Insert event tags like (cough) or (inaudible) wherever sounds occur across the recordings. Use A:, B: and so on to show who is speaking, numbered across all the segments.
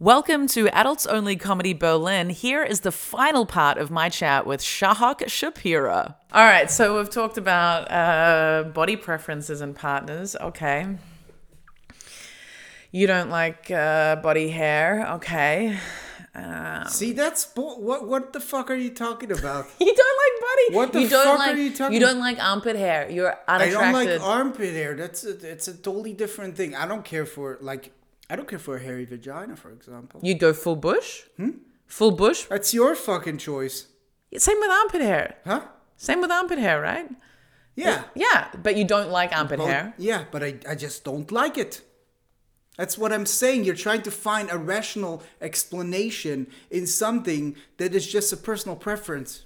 A: Welcome to Adults Only Comedy Berlin. Here is the final part of my chat with Shahak Shapira. All right, so we've talked about uh, body preferences and partners. Okay. You don't like uh, body hair. Okay. (laughs)
B: See, that's bull- what? What the fuck are you talking about?
A: You don't like body.
B: What the
A: you don't
B: fuck
A: like,
B: are you talking-
A: don't like armpit hair. You're
B: I
A: unattracted.
B: don't like armpit hair. That's a, it's a totally different thing. I don't care for like I don't care for a hairy vagina, for example.
A: You'd go full bush? Hmm? Full bush?
B: That's your fucking choice,
A: Same with armpit hair.
B: huh?
A: Same with armpit hair, right?
B: Yeah,
A: Yeah, but you don't like armpit
B: Well,
A: hair.
B: Oh, yeah, but I I just don't like it. That's what I'm saying. You're trying to find a rational explanation in something that is just a personal preference.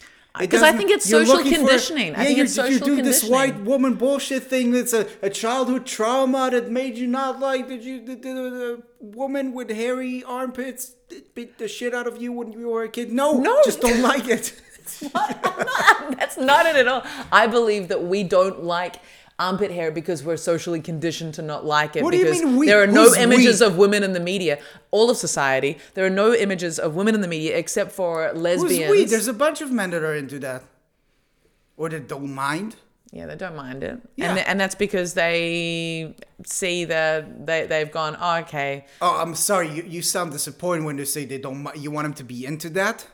B: It
A: Because I
B: doesn't-
A: think it's
B: you're
A: social
B: looking for-
A: conditioning. I
B: yeah,
A: think
B: you're,
A: it's social
B: you're doing this
A: conditioning.
B: white woman bullshit thing. That's a, a childhood trauma that made you not like that you the, the, the woman with hairy armpits that beat the shit out of you when you were a kid. No,
A: No.
B: just don't like
A: (laughs)
B: it.
A: That's not it at all. I believe that we don't like armpit hair because we're socially conditioned to not like it.
B: What do you
A: because
B: mean we?
A: there are no
B: Who's
A: images
B: we?
A: of women in the media, all of society. There are no images of women in the media except for
B: Who's
A: lesbians.
B: we? There's a bunch of men that are into that, or that don't mind.
A: yeah, they don't mind it,
B: Yeah.
A: and and that's because they see that they they've gone. Oh, okay,
B: Oh, I'm sorry. You, you sound disappointed when they say they don't. mi- You want them to be into that?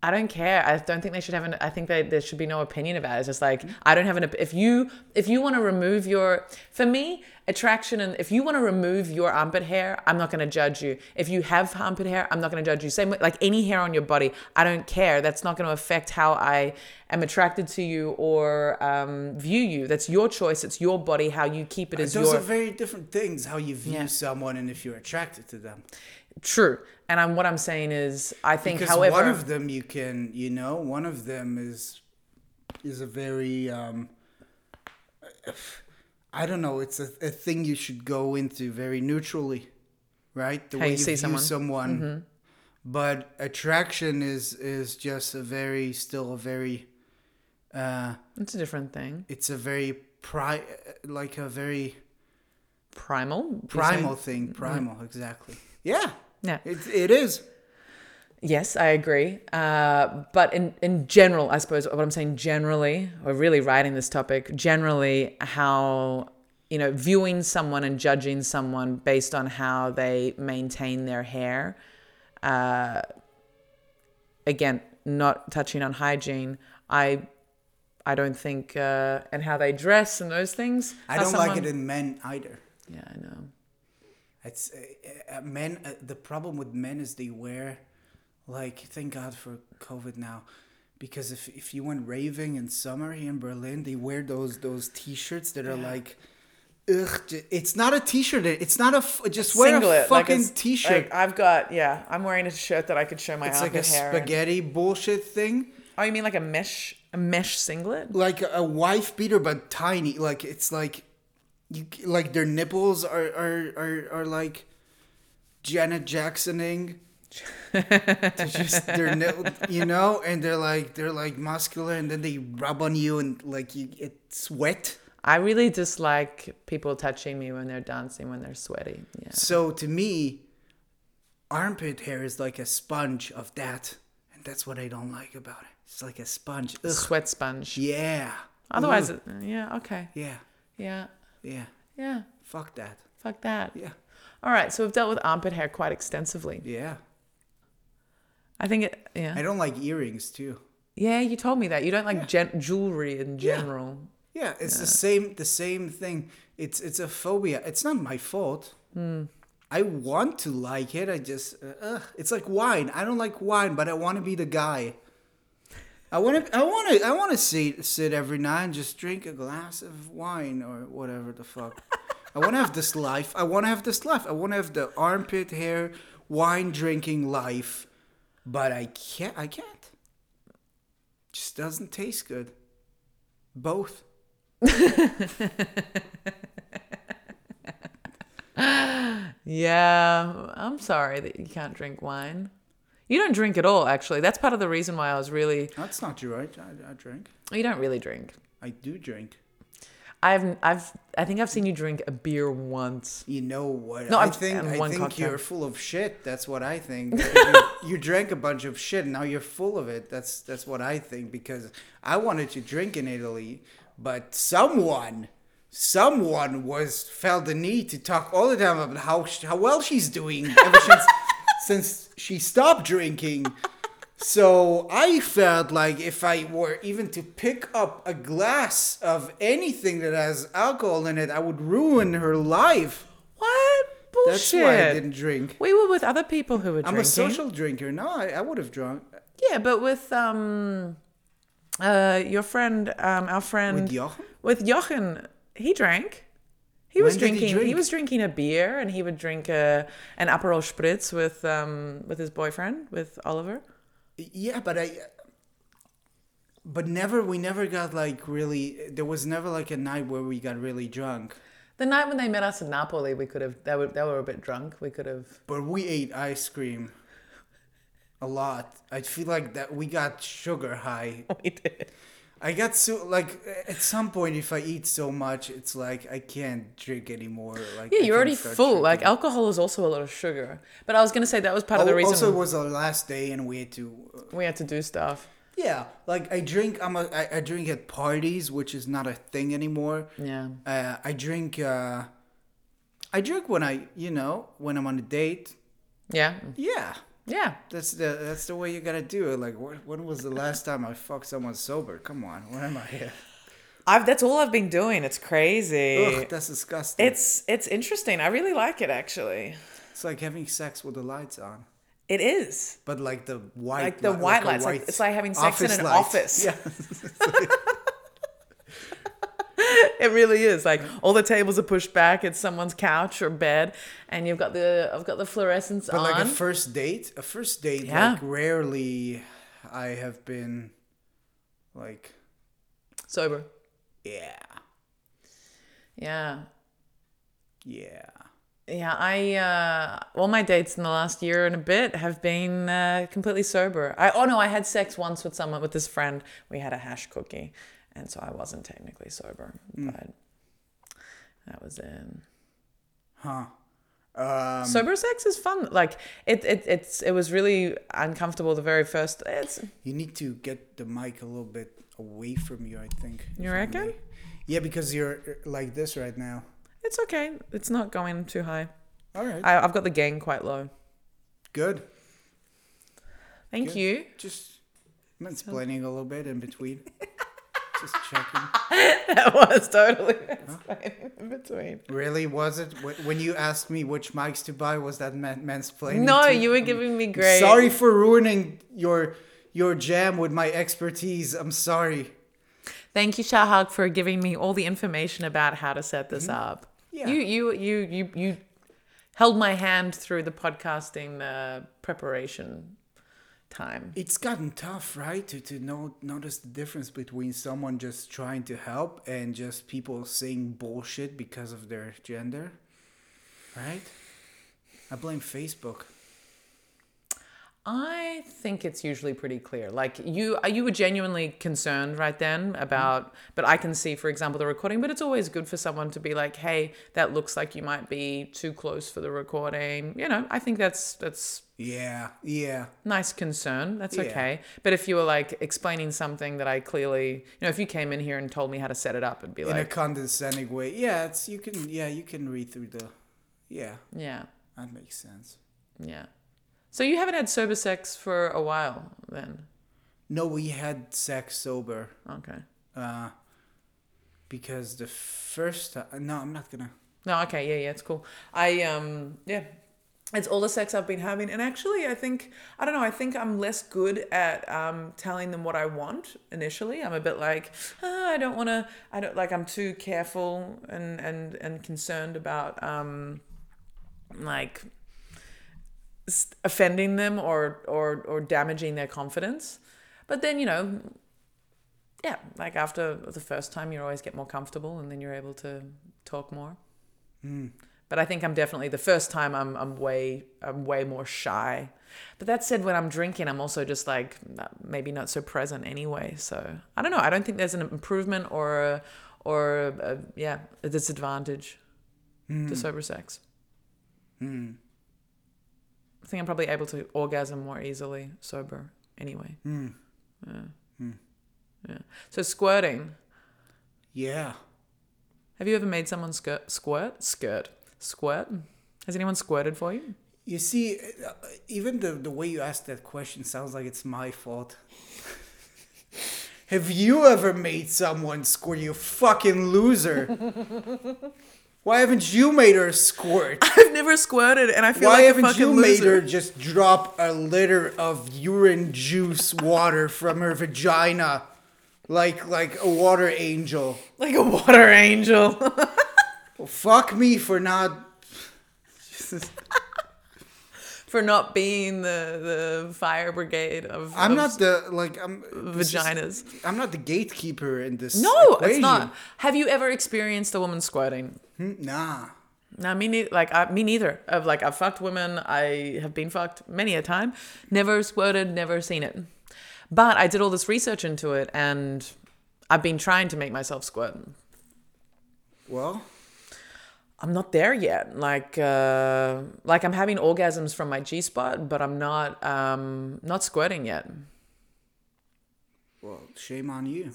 A: I don't care. I don't think they should have an. I think that there should be no opinion about it. It's just like I don't have an. op- If you if you want to remove your for me attraction and if you want to remove your armpit hair, I'm not going to judge you. If you have armpit hair, I'm not going to judge you. Same with like any hair on your body, I don't care. That's not going to affect how I am attracted to you or um, view you. That's your choice. It's your body. How you keep it is
B: Those
A: your
B: are very different things. How you view
A: Yeah.
B: someone and if you're attracted to them.
A: true. And I'm what I'm saying is I think
B: because
A: however
B: one of them you can you know one of them is is a very um (sighs) i don't know it's a, a thing you should go into very neutrally right the
A: How you see someone. Mm-hmm.
B: but attraction is is just a very still a very uh
A: it's a different thing.
B: it's a very pri like a very
A: Primal. you're saying?
B: primal thing primal exactly yeah
A: Mm-hmm. Yeah.
B: it, it is
A: Yes, I agree. Uh, but in, in general, I suppose what I'm saying generally, or really writing this topic, generally, how, you know, viewing someone and judging someone based on how they maintain their hair. Uh, again, not touching on hygiene. I. I don't think, uh, and how they dress and those things.
B: i
A: how
B: don't like
A: someone-
B: it in men either
A: yeah, I know.
B: It's uh, uh, men. Uh, the problem with men is they wear, like, thank God for COVID now, because if if you went raving in summer here in Berlin, they wear those those t-shirts that are like, ugh, j- it's not a t-shirt. It's not a f- just wear a
A: Singlet, like
B: fucking
A: it's-
B: t-shirt.
A: like, I've got, yeah, I'm wearing a shirt that I could show my
B: it's like
A: armpit
B: a
A: hair. in.
B: spaghetti bullshit thing,
A: Oh, you mean like a mesh, a mesh singlet?
B: like a, a wife beater but tiny. Like it's like, you c- like their nipples are are are, are like, Janet Jacksoning. they're
A: (laughs)
B: just they're no, you know and they're like they're like muscular and then they rub on you and like you get sweat
A: I really dislike people touching me when they're dancing when they're sweaty. Yeah.
B: so to me armpit hair is like a sponge of that and that's what i don't like about it it's like a sponge Ugh.
A: Sweat sponge.
B: yeah
A: Otherwise,
B: Ugh.
A: it, yeah, okay.
B: yeah
A: Yeah.
B: yeah
A: Yeah.
B: fuck that
A: Fuck that.
B: yeah
A: All right. So we've dealt with armpit hair quite extensively.
B: yeah
A: I think it,
B: i
A: yeah.
B: don't like earrings too
A: Yeah, you told me that. You don't like gen- jewelry in general.
B: Yeah, it's the same the same thing. It's it's a phobia. It's not my fault. I want to like it. I just uh, ugh. it's like wine. I don't like wine, but I want to be the guy. I want to I want to I want to sit sit every night and just drink a glass of wine or whatever the fuck. I want to have this life. I want to have this life. I want to have the armpit hair wine drinking life, but I can't. I can't. Just doesn't taste good. Both.
A: Yeah. I'm sorry that you can't drink wine. You don't drink at all, actually. That's part of the reason why I was really,
B: That's not true, right? I, I drink.
A: you don't really drink.
B: I do drink.
A: I've I've I think I've seen you drink a beer once.
B: You know what?
A: No,
B: I
A: I'm-
B: think
A: I'm
B: I
A: one
B: think
A: cocktail.
B: you're full of shit. That's what
A: (laughs)
B: I think. you, you drank a bunch of shit. Now you're full of it. That's that's what I think because I wanted to drink in Italy, but someone someone was felt the need to talk all the time about how sh- how well
A: (laughs)
B: she's doing ever since since she stopped drinking. So I felt like if I were even to pick up a glass of anything that has alcohol in it, I would ruin her life.
A: What bullshit?
B: That's why I didn't drink.
A: We were with other people who were
B: I'm
A: drinking. Mm.
B: a social drinker. No, I, I would have drunk
A: Yeah, but with um, uh, your friend, um, our friend
B: with Jochen.
A: with Jochen, he drank. He was
B: When did he
A: drinking. He,
B: drink?
A: was drinking a beer, and he would drink a, an Aperol Spritz with um with his boyfriend with Oliver.
B: Yeah, but I. But never, we never got like really. There was never like a night where we got really drunk.
A: The night when they met us in Napoli, we could have. They were they were a bit drunk. We could have.
B: But we ate ice cream. A lot. I feel like that we got sugar high.
A: (laughs) We did.
B: I got so like at some point if I eat so much, it's like I can't drink anymore. Like
A: Yeah,
B: I
A: you're already
B: can't start
A: full.
B: drinking.
A: Like alcohol is also a lot of sugar. But I was gonna say that was part of the
B: Al-
A: reason
B: Also, it was our last day, and we had to
A: we had to do stuff.
B: Yeah, like I drink. I'm a. I, I drink at parties, which is not a thing anymore.
A: Yeah.
B: Uh, I drink. Uh, I drink when I, you know, when I'm on a date.
A: Yeah.
B: Yeah,
A: Yeah.
B: that's the that's the way you gotta do it. Like, when, when was the last time I fucked someone sober? Come on, where am I here?
A: I've that's all I've been doing. It's crazy.
B: Ugh, that's disgusting. It's,
A: Eh, It's it's interesting. I really like it actually.
B: like having sex with the lights on,
A: It is.
B: but like the white,
A: Like the
B: li-
A: white
B: a
A: lights, like- it's like having sex in an office.
B: (laughs) Yeah,
A: It really is. Like all the tables are pushed back. It's someone's couch or bed, and you've got the I've got the fluorescents
B: But
A: on.
B: like a first date, a first date,
A: Yeah.
B: like rarely I have been like,
A: Sober.
B: yeah,
A: Yeah.
B: yeah.
A: Yeah, I uh, all my dates in the last year and a bit have been uh, completely sober. I oh no, I had sex once with someone with this friend. We had a hash cookie, and so I wasn't technically sober, but that was it.
B: Huh. Um,
A: sober sex is fun. Like it, it, it's it was really uncomfortable the very first. It's
B: you need to get the mic a little bit away from you, I think. if
A: You
B: I
A: reckon?
B: may. Yeah, because you're uh, like this right now.
A: it's okay. It's not going too high.
B: All right.
A: I, I've got the gain quite low.
B: Good.
A: Thank
B: Good.
A: you. (laughs)
B: Just mansplaining a little bit in between. Just checking.
A: That was totally in between.
B: Really, was it? Wh- When you asked me which mics to buy, was that man- mansplaining?
A: No,
B: too?
A: you were giving me great.
B: um, Sorry for ruining your your jam with my expertise. I'm sorry.
A: Thank you, Shahak, for giving me all the information about how to set this up.
B: Mm-hmm. Yeah.
A: You, you, you, you, you held my hand through the podcasting uh, preparation time.
B: It's gotten tough, right? To to know, notice the difference between someone just trying to help and just people saying bullshit because of their gender. Right? I blame Facebook.
A: I think it's usually pretty clear. Like you, uh, you were genuinely concerned right then about, but I can see, for example, the recording. But it's always good for someone to be like, "Hey, that looks like you might be too close for the recording." You know, I think that's that's
B: Yeah, yeah.
A: nice concern. That's
B: Yeah.
A: okay. But if you were like explaining something that I clearly, you know, if you came in here and told me how to set it up, it'd be
B: In a
A: like,
B: condescending way. Yeah, it's you can. Yeah, you can read through the. Yeah,
A: yeah,
B: that makes sense.
A: yeah. So you haven't had sober sex for a while then?
B: No, we had sex sober.
A: Okay.
B: Uh, because the first time, no, I'm not gonna.
A: No, okay, yeah, yeah, it's cool. I um yeah. It's all the sex I've been having. And actually I think I don't know, I think I'm less good at um telling them what I want initially. I'm a bit like, ah, I don't wanna I don't like I'm too careful and and and concerned about um like s- offending them or or or damaging their confidence. But then, you know, yeah, like after the first time, you always get more comfortable, and then you're able to talk more. But I think I'm definitely the first time I'm I'm way I'm way more shy. But that said, when I'm drinking, I'm also just like maybe not so present anyway. So I don't know. I don't think there's an improvement or a, or uh, yeah, a disadvantage to sober sex. I think I'm probably able to orgasm more easily sober anyway. Yeah. yeah. So squirting.
B: Yeah.
A: Have you ever made someone skirt, squirt, skirt, squirt? Has anyone squirted for you?
B: You see, uh, even the, the way you asked that question sounds like it's my fault. Have you ever made someone squirt, you fucking
A: (laughs)
B: loser? Why haven't you made her squirt?
A: (laughs) I've never squirted, and I feel
B: Why
A: like a
B: haven't
A: fucking
B: you made
A: loser.
B: her just drop a liter of urine juice water from her vagina like like a water angel?
A: like a water angel. (laughs)
B: Fuck me for not
A: for not being the the fire brigade of
B: I'm
A: of
B: not the like I'm this is-
A: vaginas.
B: I'm not the gatekeeper in this.
A: No, it's
B: equation.
A: not. Have you ever experienced a woman squirting?
B: Hmm, Nah.
A: No, me neither. Like I, me neither. Of like I've fucked women. I have been fucked many a time. Never squirted. Never seen it. But I did all this research into it, and I've been trying to make myself squirt.
B: Well,
A: I'm not there yet. Like, uh, like I'm having orgasms from my G spot, but I'm not, um, not squirting yet.
B: well, shame
A: (laughs)
B: on you.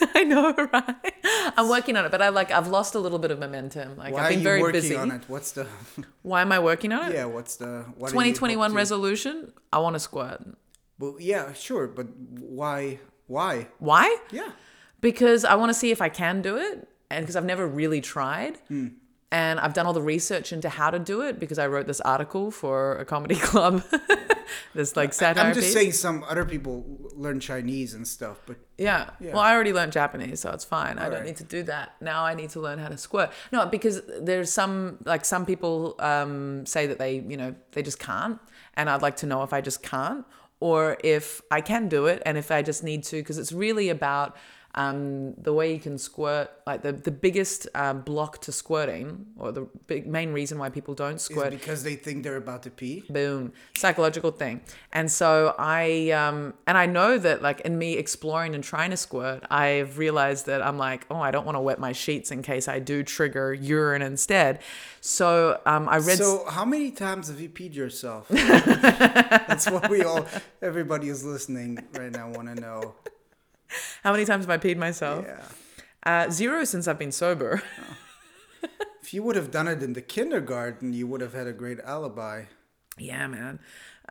A: (laughs) I know, (laughs) right? I'm working on it, but I like I've lost a little bit of momentum. Like
B: Why
A: I've
B: are
A: been
B: you
A: very
B: working
A: busy.
B: on it? What's the (laughs)
A: Why am I working on it?
B: yeah? What's the what are you
A: 2021
B: up to?
A: resolution. I want to squirt.
B: Well, yeah, sure, but why? Why?
A: Why?
B: Yeah.
A: Because I want to see if I can do it, and because I've never really tried.
B: Hmm.
A: And I've done all the research into how to do it because I wrote this article for a comedy (laughs) club. this like satire
B: I'm just
A: piece.
B: saying some other people learn Chinese and stuff, but
A: Yeah. Well, I already learned Japanese, so it's fine. I don't
B: right.
A: need to do that. Now I need to learn how to squirt. No, because there's some like some people um, say that they, you know, they just can't, and I'd like to know if I just can't or if I can do it and if I just need to, because it's really about um, the way you can squirt. Like the the biggest uh, block to squirting, or the big main reason why people don't
B: it's
A: squirt
B: because they think they're about to pee.
A: boom psychological thing and so i um and i know that like in me exploring and trying to squirt i've realized that i'm like oh i don't want to wet my sheets in case i do trigger urine instead so um i read
B: So, how many times have you peed
A: (laughs)
B: yourself? (laughs) That's what we all, everybody is listening right now, want to know.
A: how many times have i peed myself
B: Yeah.
A: uh zero since i've been sober (laughs)
B: If you would have done it in the kindergarten, you would have had a great alibi.
A: yeah man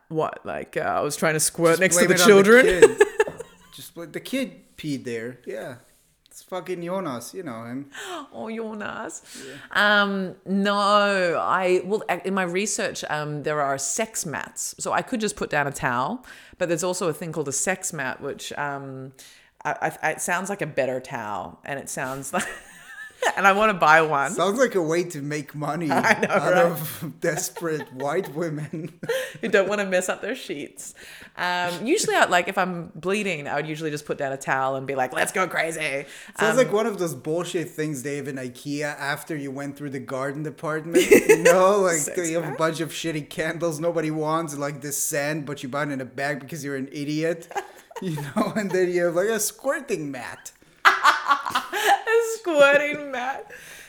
A: what like uh, i was trying to squirt
B: Just
A: next to the
B: blame it on
A: children (laughs)
B: kid. Just bl- the kid peed there. Yeah. It's fucking Jonas, you know him.
A: Oh, Jonas. Um, no, I well ac- in my research, um, there are sex mats, so I could just put down a towel, but there's also a thing called a sex mat, which um, I, I, it sounds like a better towel, and it sounds (laughs) like, and I want to buy one.
B: (laughs) Sounds like a way to
A: (laughs)
B: make money out of (laughs) desperate white women. (laughs)
A: who don't want to mess up their sheets. Um, usually, I, like if I'm bleeding, I would usually just put down a towel and be like, "Let's go crazy." Um,
B: Sounds like one of those bullshit things they have in IKEA after you went through the garden department.
A: (laughs)
B: You know, like
A: Sex
B: they have a
A: pack.
B: bunch of shitty candles nobody wants, like this sand, but you buy it in a bag because you're an
A: (laughs)
B: idiot. You know, and then you have like a squirting mat. (laughs)
A: squirting mat.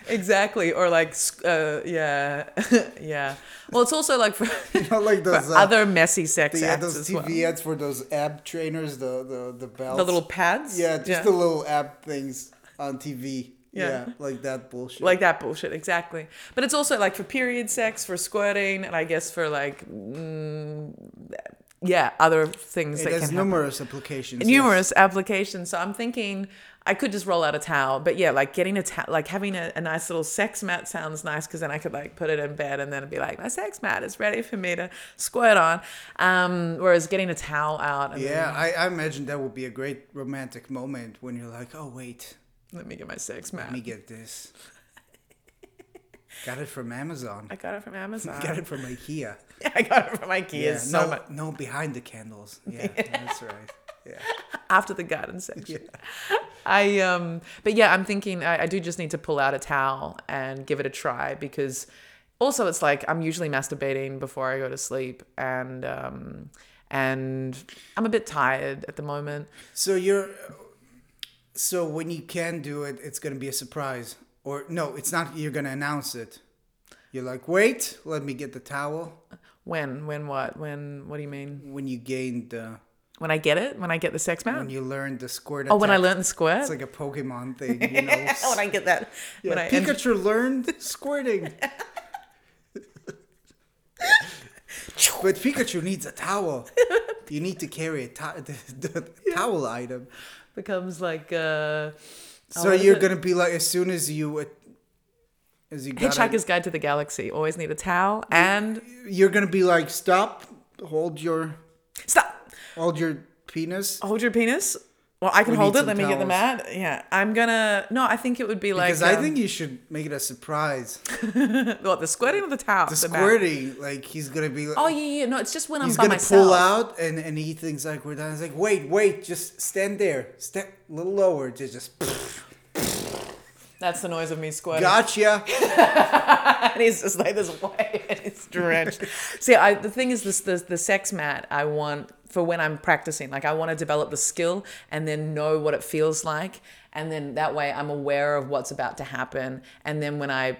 A: Exactly, or like, s- uh, yeah, (laughs) yeah. Well, it's also
B: (laughs)
A: like for,
B: know, like
A: (laughs) for
B: those, uh,
A: other messy sex
B: They had
A: acts
B: those
A: as well.
B: TV ads for those ab trainers, the the the belts.
A: The little pads.
B: yeah, just the little ab things on TV. Yeah,
A: Yeah.
B: like that bullshit.
A: like that bullshit, exactly. But it's also like for period sex, for squirting, and I guess for like, mm, yeah, other things
B: it
A: that
B: has
A: can happen.
B: numerous applications. yes.
A: numerous applications. So I'm thinking I could just roll out a towel, but yeah, like getting a towel, like having a, a nice little sex mat sounds nice because then I could like put it in bed and then it'd be like my sex mat is ready for me to squirt on. Um, whereas getting a towel out, and
B: Yeah, I, I imagine that would be a great romantic moment when you're like, oh wait,
A: let me get my sex
B: let me
A: mat.
B: get this. Got it from Amazon.
A: (laughs) I got it from Amazon.
B: Got it from IKEA.
A: I got it (laughs) from IKEA.
B: Yeah,
A: so
B: no,
A: much
B: no behind the candles. Yeah,
A: (laughs)
B: that's right. Yeah.
A: after the
B: (laughs)
A: garden section. I um, but yeah, I'm thinking I, I do just need to pull out a towel and give it a try because also it's like I'm usually masturbating before I go to sleep and um, and I'm a bit tired at the moment.
B: So you're So when you can do it, it's gonna be a surprise. Or no, it's not. You're gonna announce it. You're like, wait, let me get the towel.
A: When? When what? When? What do you mean?
B: When you gained, uh,
A: When I get it? When I get the sex
B: when
A: mount?
B: you learned the squirt.
A: Oh, when I
B: attack.
A: learned the squirt?
B: It's like a
A: (laughs)
B: Pokemon thing, you know.
A: when I get that.
B: Yeah,
A: when I and
B: Pikachu learned
A: (laughs)
B: squirting. but Pikachu needs a towel. You need to carry a to- (laughs) the, the towel item.
A: becomes like uh,
B: So
A: what is
B: you're
A: it?
B: gonna be like, as soon as you, uh, as you got
A: Hitchhiker's Guide to the Galaxy. Always need a towel and
B: you're gonna be like, stop, hold your,
A: stop.
B: hold your penis.
A: Hold your penis. Well, I can
B: We
A: hold
B: need
A: it. Let
B: some
A: me get the mat. Yeah, I'm gonna. No, I think it would be like
B: Because I
A: um,
B: think you should make it a surprise.
A: what the squirting or the towel.
B: The
A: mat?
B: squirting, like he's gonna be. Like,
A: Oh yeah, yeah. No, it's just when
B: He's
A: I'm by
B: gonna
A: myself.
B: pull out, and and he thinks like we're done. He's like, wait, wait, just stand there, step a little lower, just just
A: That's the noise of me squirting. (laughs)
B: gotcha.
A: and he's just like this way (laughs) and he's
B: (laughs)
A: drenched. See, I, the thing is, this the, the sex mat I want for when I'm practicing. Like, I want to develop the skill and then know what it feels like, and then that way I'm aware of what's about to happen. And then when I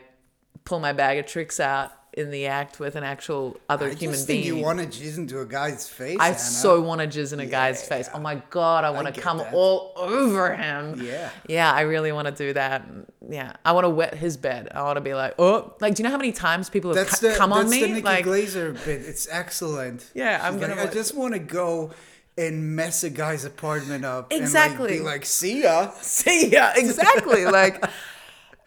A: pull my bag of tricks out in the act with an actual other
B: I
A: human
B: just think
A: being,
B: you want to jizz into a guy's face.
A: I
B: Anna.
A: so want to jizz in a guy's face. Oh my god, I want to
B: get
A: come
B: that.
A: all over him.
B: Yeah.
A: Yeah, I really want to do that. Yeah. I want to wet his bed. I want to be like, "Oh, like do you know how many times people have
B: that's
A: cu-
B: the
A: come
B: that's
A: on
B: the
A: me?"
B: Nikki
A: like
B: Glazer bit. It's excellent.
A: Yeah,
B: She's
A: I'm gonna
B: Like, I
A: watch-
B: just want to go and mess a guy's apartment up. And
A: Exactly.
B: like, be like, see ya.
A: (laughs) See,
B: (laughs)
A: yeah, exactly. like,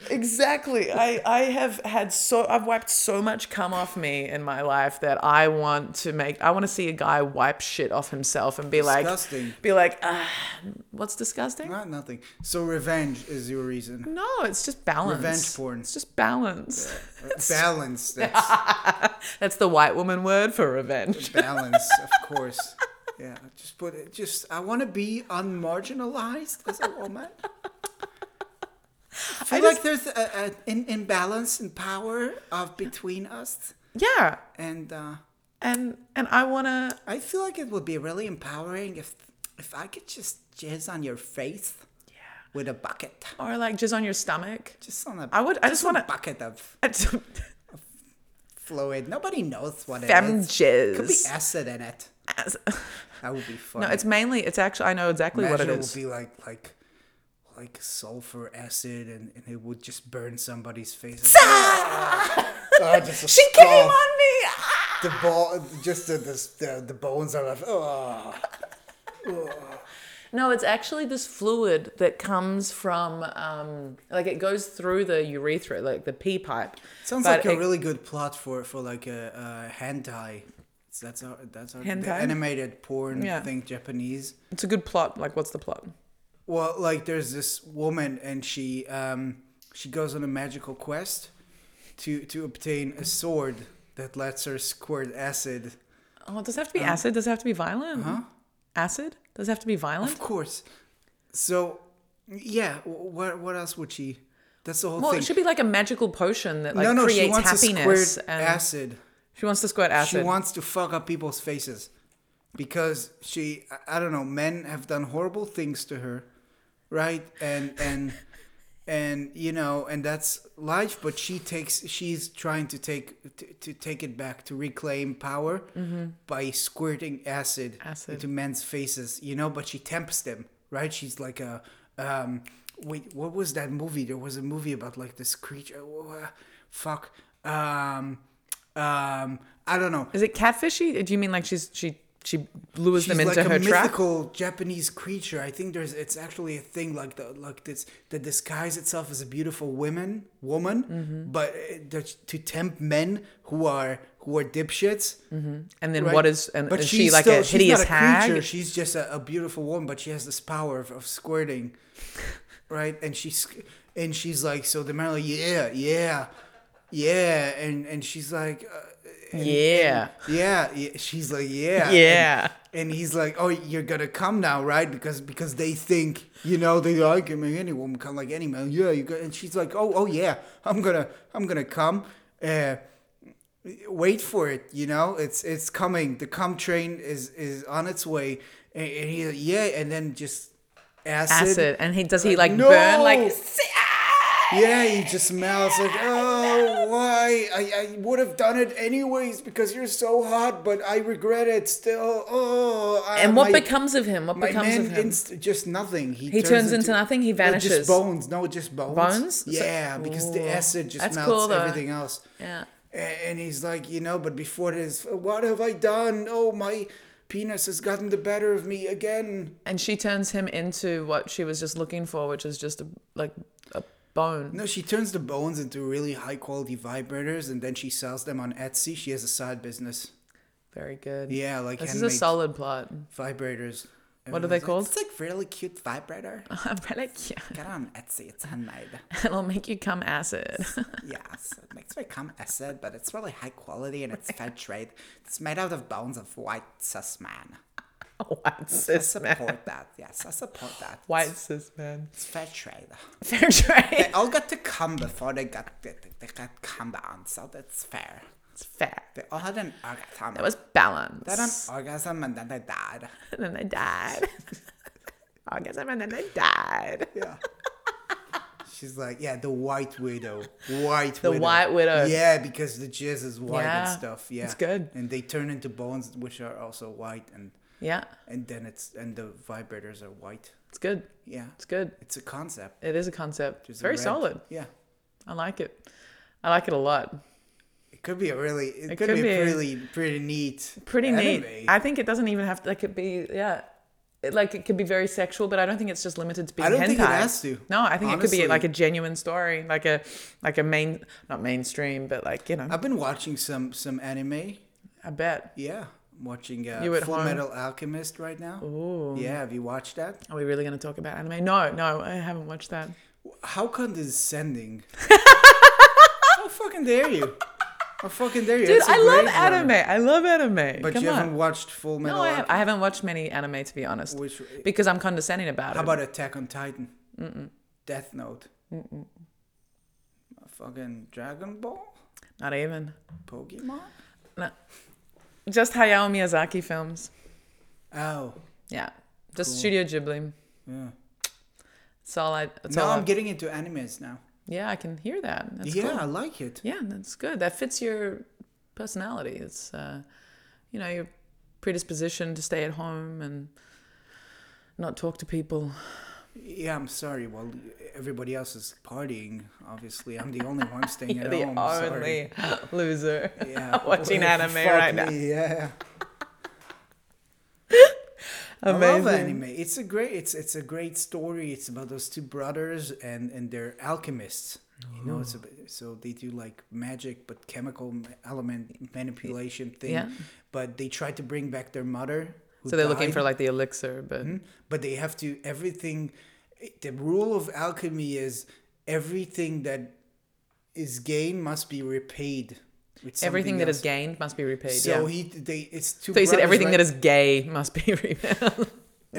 A: exactly. I, I have had so, I've wiped so much cum off me in my life that I want to make, I want to see a guy wipe shit off himself and be
B: Disgusting.
A: like, be like, ah, what's disgusting?
B: Not nothing. So revenge is your reason.
A: No, it's just balance.
B: Revenge porn.
A: It's just balance.
B: Balance. That's
A: That's the white woman word for revenge. (laughs)
B: balance, of course. Yeah. Just put it. Just I want to be unmarginalized as a woman.
A: (laughs)
B: I feel like there's a, a, an imbalance in power of between us,
A: Yeah.
B: and uh,
A: And and I wanna
B: I feel like it would be really empowering if if I could just jizz on your face with a bucket,
A: or like jizz on your stomach.
B: just on a
A: I would I just
B: on a
A: wanna
B: bucket of
A: (laughs) fem
B: fluid. Nobody knows what it is. Could be
A: jizz.
B: acid in it.
A: (laughs)
B: That would be fun.
A: No, it's mainly it's actually I know exactly what it
B: Imagine
A: is.
B: would be like like like sulfur acid, and, and it would just burn somebody's face. (laughs) Ah, just a
A: She came
B: skull.
A: on me. (laughs) Ah!
B: The ball, just the the, the, the bones are like. Oh.
A: No, it's actually this fluid that comes from um, like it goes through the urethra, like the pee pipe.
B: Sounds
A: But
B: like a
A: it-
B: really good plot for for like a, a hentai. It's- That's our that's our the
A: Hentai?
B: animated porn
A: Yeah.
B: thing Japanese.
A: It's a good plot. Like, what's the plot?
B: Well, like there's this woman and she um she goes on a magical quest to to obtain a sword that lets her squirt acid.
A: Oh, does it have to be acid? Does it have to be violent?
B: Huh?
A: Acid? Does it have to be violent?
B: Of course. So yeah, wh- what what else would she? That's the whole
A: Well,
B: thing.
A: it should be like a magical potion that like
B: no, no, she
A: creates
B: wants
A: happiness.
B: to squirt
A: and
B: acid.
A: she wants to squirt
B: she
A: acid.
B: wants to fuck up people's faces because she I- i don't know men have done horrible things to her right and and and you know and that's life but she takes she's trying to take to, to take it back to reclaim power by squirting acid,
A: Acid.
B: into men's faces you know but she tempts them right she's like a um wait what was that movie there was a movie about like this creature uh, fuck um um i don't know
A: Is it catfishy? Do you mean like she's she she lures them
B: She's
A: into
B: like
A: her
B: a
A: trap?
B: mythical Japanese creature. I think there's it's actually a thing like the like this that disguise itself as a beautiful woman woman,
A: Mm-hmm.
B: but uh, that- to tempt men who are who are dipshits.
A: And then
B: right?
A: Mm-hmm. what is and
B: But
A: is she
B: she's
A: like
B: still-
A: a
B: she's not
A: hideous
B: creature.
A: hag?
B: She's just a, a beautiful woman, but she has this power of, of squirting, right? And she's and she's like so the men are like yeah yeah yeah and and she's like. Uh,
A: Yeah.
B: yeah, yeah, she's like, yeah, and-
A: Yeah.
B: and, he's like, oh, you're gonna come now, right? Because because they think, you know, they like him. Any woman come like any man, yeah, you go. And she's like, oh, oh yeah, I'm gonna, I'm gonna come. Uh, wait for it, you know, it's it's coming. The come train is is on its way. And, and he's like, yeah, and then just acid.
A: acid, and he does he like
B: No!
A: burn like
B: Yeah, you just smell. It's like, oh, why? I, I would have done it anyways because you're so hot, but I regret it still. Oh, I-
A: and what
B: my-
A: becomes of him? What
B: my
A: becomes
B: man
A: of him?
B: inst- just nothing. He,
A: turns into nothing? He
B: No, just
A: vanishes?
B: bones. No, just bones.
A: Bones? So-
B: Yeah, because the
A: Ooh.
B: acid just
A: That's
B: melts
A: cool, though.
B: everything else.
A: yeah.
B: A- And he's like, you know, but before this, what have I done? Oh, my penis has gotten the better of me again.
A: And she turns him into what she was just looking for, which is just a like a bone.
B: No, she turns the bones into really high quality vibrators, and then she sells them on Etsy. She has a side business.
A: Very good.
B: Yeah, like
A: This is a
B: handmade
A: solid plot. (laughs)
B: vibrators.
A: What are they
B: Everyone's like,
A: called?
B: It's like really cute vibrator.
A: I'm really cute.
B: Get it on Etsy. It's handmade.
A: (laughs) It'll make you come acid. (laughs)
B: yes, it makes me come acid, but it's really high quality and it's fair trade. It's made out of bones of white cis man.
A: (laughs) White cis man.
B: that. Yes, I support that.
A: White cis (laughs) man.
B: It's fair trade.
A: Fair trade.
B: They all got to come before they got they, they got come down, so that's fair.
A: It's fair.
B: They all had an orgasm.
A: It was balance.
B: They had an orgasm and then they died.
A: and then they (laughs) died. Orgasm and then they died.
B: Yeah. (laughs) She's like, yeah, the white widow. White
A: The
B: widow.
A: White Widow.
B: Yeah, because the jizz is white
A: Yeah,
B: and stuff. Yeah.
A: it's good.
B: And they turn into bones which are also white and
A: Yeah,
B: and then it's and the vibrators are white.
A: it's good.
B: Yeah.
A: It's good.
B: It's a concept.
A: It is a concept.
B: There's a
A: Very
B: red-
A: solid.
B: Yeah.
A: I like it. I like it a lot.
B: It could be a really it,
A: It
B: could,
A: could
B: be,
A: be
B: a
A: a-
B: really pretty neat
A: Pretty neat.
B: anime.
A: I think it doesn't even have to, like, it be, yeah. It, like, it could be very sexual, but I don't think it's just limited to being
B: I don't
A: hentai.
B: think it has to,
A: No, I think it could
B: honestly.
A: be like a genuine story, like a, like a main, not mainstream, but like, you know, I,
B: I've been watching some some anime.
A: bet.
B: Yeah, I'm watching uh,
A: You at
B: Full
A: home?
B: Metal Alchemist right now.
A: Ooh.
B: Yeah, have you watched that?
A: Are we really going to talk about anime? No, no, I haven't watched that.
B: How
A: (laughs)
B: condescending! How fucking dare you! How fucking dare you!
A: Dude,
B: It's a
A: I love
B: great
A: anime.
B: one.
A: I love anime.
B: But
A: Come
B: you
A: on.
B: haven't watched Full Metal.
A: No, I, have,
B: Alchemist.
A: I haven't watched many anime to be honest,
B: Which,
A: because I'm condescending about
B: how
A: it.
B: about Attack on Titan? Mm-mm. Death Note. Mm-mm. Fucking Dragon Ball.
A: Not even.
B: Pokemon.
A: No. Just Hayao Miyazaki films.
B: Oh,
A: Yeah. Just Studio Ghibli.
B: yeah.
A: That's all I. That's
B: No,
A: all.
B: I'm
A: i
B: getting into animes now.
A: yeah, I can hear that. That's
B: yeah,
A: cool.
B: I like it.
A: Yeah, that's good. That fits your personality. It's, uh, you know, your predisposition to stay at home and not talk to people.
B: Yeah, I'm sorry. Well, everybody else is partying. Obviously, I'm the only one staying
A: (laughs) You're
B: at
A: the
B: home. Sorry.
A: only loser (laughs)
B: Yeah,
A: watching anime
B: Fuck
A: right now.
B: me, Yeah, I love
A: Amazing.
B: anime. It's a great. It's it's a great story. It's about those two brothers and and they're alchemists. You know, it's a, bit- so they do like magic, but chemical ma- element manipulation thing.
A: Yeah.
B: But they try to bring back their mother. who
A: So they're looking
B: died.
A: for like the elixir, but
B: Hmm? but they have to everything the rule of alchemy is everything that is gained must be repaid with
A: everything
B: something
A: that is
B: else.
A: gained must be repaid.
B: so
A: yeah.
B: he they it's two
A: So you said
B: brothers,
A: everything
B: right?
A: that is gay must be (laughs) revealed.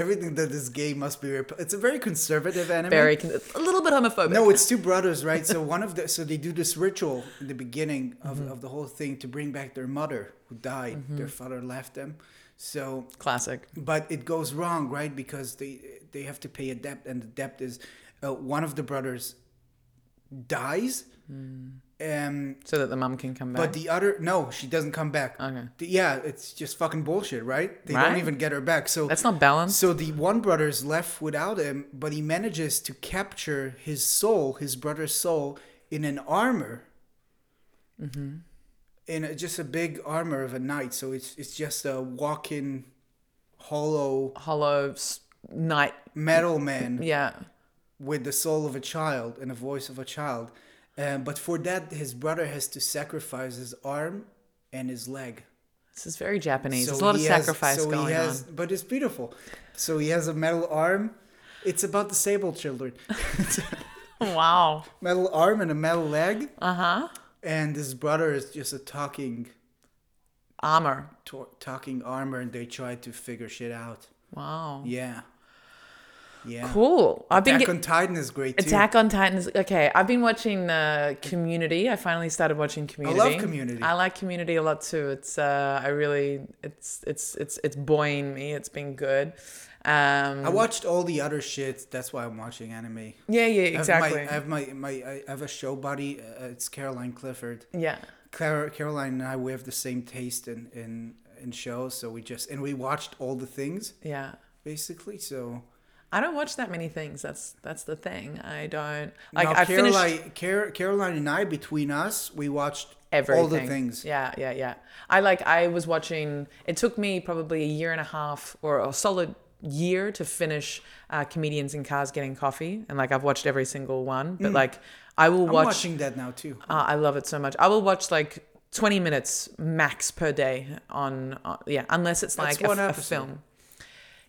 B: everything that is gay must be repaid it's a very conservative anime
A: Very con- a little bit homophobic.
B: no it's two brothers
A: (laughs)
B: right so one of the so they do this ritual in the beginning of,
A: Mm-hmm.
B: of the whole thing to bring back their mother who died their father left them so
A: classic.
B: but it goes wrong right because they they have to pay a debt and the debt is uh, one of the brothers dies
A: Hmm.
B: um
A: So that the mum can come back.
B: but the other no she doesn't come back
A: Okay.
B: The- yeah it's just fucking bullshit right they don't
A: Right.
B: even get her back so
A: That's not balanced.
B: so the one brother is left without him but he manages to capture his soul his brother's soul in an armor
A: Mm-hmm.
B: in a, just a big armor of a knight so it's it's just a walk-in hollow
A: Hollow s- night.
B: metal man
A: Yeah.
B: with the soul of a child and a voice of a child. Um, but for that, his brother has to sacrifice his arm and his leg.
A: This is very Japanese. There's a lot of
B: he has-
A: sacrifice
B: so he
A: going
B: has-
A: on.
B: But it's beautiful. So he has a metal arm. It's about disabled children.
A: (laughs) Wow.
B: metal arm and a metal leg.
A: Uh huh.
B: And his brother is just a talking,
A: Armor.
B: tor- talking armor, and they try to figure shit out.
A: Wow.
B: Yeah. Yeah.
A: Cool. I've been
B: Attack
A: get-
B: on Titan is great too.
A: Attack on Titans. Okay, I've been watching uh, Community. I finally started watching Community.
B: Community.
A: I like Community a lot too. It's uh, I really it's it's it's it's buoying me. It's been good. Um,
B: I watched all the other shit. That's why I'm watching anime.
A: yeah, yeah, exactly.
B: I have my, I have my, my I have a show buddy. Uh, it's Caroline Clifford.
A: yeah.
B: Clara, Caroline and I, we have the same taste in in in shows. So we just and we watched all the things
A: Yeah.
B: basically. So
A: I don't watch that many things. That's that's the thing. I don't like
B: now
A: I finished
B: Caroline, Car- Caroline and I, between us, we watched
A: everything.
B: all the things.
A: Yeah, yeah, yeah. I like I was watching it took me probably a year and a half or a solid year to finish uh, comedians in cars getting coffee and like I've watched every single one but like I will
B: Mm. I'm
A: watch
B: watching that now too.
A: uh, I love it so much. I will watch like 20 minutes max per day on, on yeah, unless it's
B: That's
A: like a,
B: one
A: f- a
B: episode.
A: film.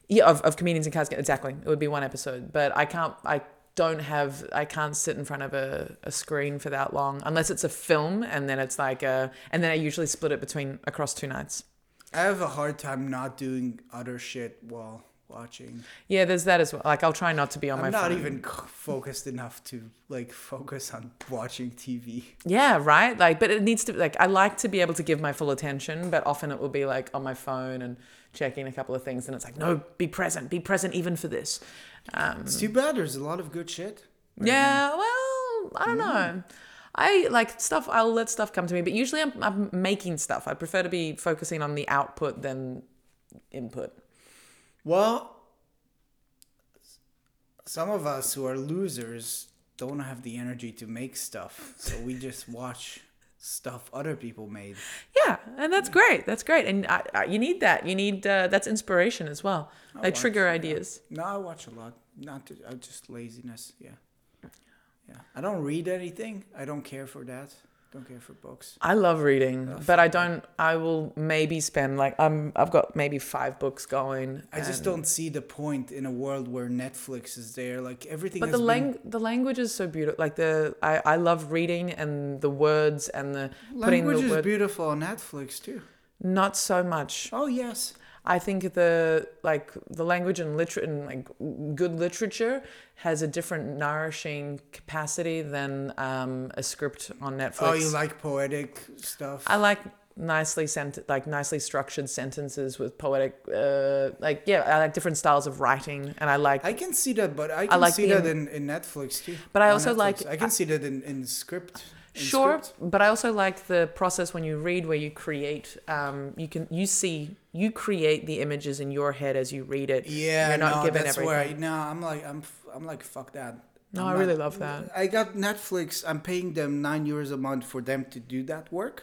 A: Yeah, of, of comedians and cars. Exactly. It would be one episode, but I can't, I don't have, I can't sit in front of a, a screen for that long unless it's a film and then it's like a, and then I usually split it between across two nights.
B: I have a hard time not doing other shit while watching.
A: Yeah, there's that as well. Like I'll try not to be on my
B: I'm not
A: phone.
B: even c- focused enough to like focus on watching TV.
A: Yeah, right. Like, but it needs to like I like to be able to give my full attention, but often it will be like on my phone and checking a couple of things, and it's like, no, be present, be present even for this. Um,
B: It's too bad. There's a lot of good shit.
A: yeah, well, I don't know. I like stuff. I'll let stuff come to me, but usually I'm, I'm making stuff. I prefer to be focusing on the output than input.
B: Well, some of us who are losers don't have the energy to make stuff, so we just watch stuff other people made.
A: Yeah, and that's great. That's great, and I, I, you need that. You need uh, that's inspiration as well. they
B: watch,
A: trigger
B: yeah.
A: ideas.
B: No, I watch a lot. Not to, I just laziness. Yeah, yeah. I don't read anything. I don't care for that. Don't care for books.
A: I love reading, but I don't. I will maybe spend like I'm. I've got maybe five books going.
B: I just
A: and-
B: don't see the point in a world where Netflix is there. Like everything.
A: But
B: has
A: the
B: been-
A: lang the language is so beautiful. Like the I I love reading and the words and the
B: language
A: putting
B: is
A: the word.
B: beautiful on Netflix too.
A: Not so much.
B: Oh yes.
A: I think the like the language and liter and like good literature has a different nourishing capacity than um, a script on Netflix.
B: Oh, you like poetic stuff.
A: I like nicely sent like nicely structured sentences with poetic uh like yeah i like different styles of writing and i like
B: I can see that, but I can
A: like
B: see
A: the-
B: that in, in Netflix too.
A: But I
B: On
A: also
B: Netflix.
A: like-
B: I can see that in, in script. in
A: sure
B: script.
A: but i also like the process when you read where you create um you can you see you create the images in your head as you read it
B: Yeah,
A: you're not
B: no,
A: given
B: that's
A: everything
B: where I, no, I'm like I'm f- I'm like fuck that.
A: no
B: I'm
A: i
B: not-
A: really love that
B: I got Netflix. I'm paying them nine euros a month for them to do that work.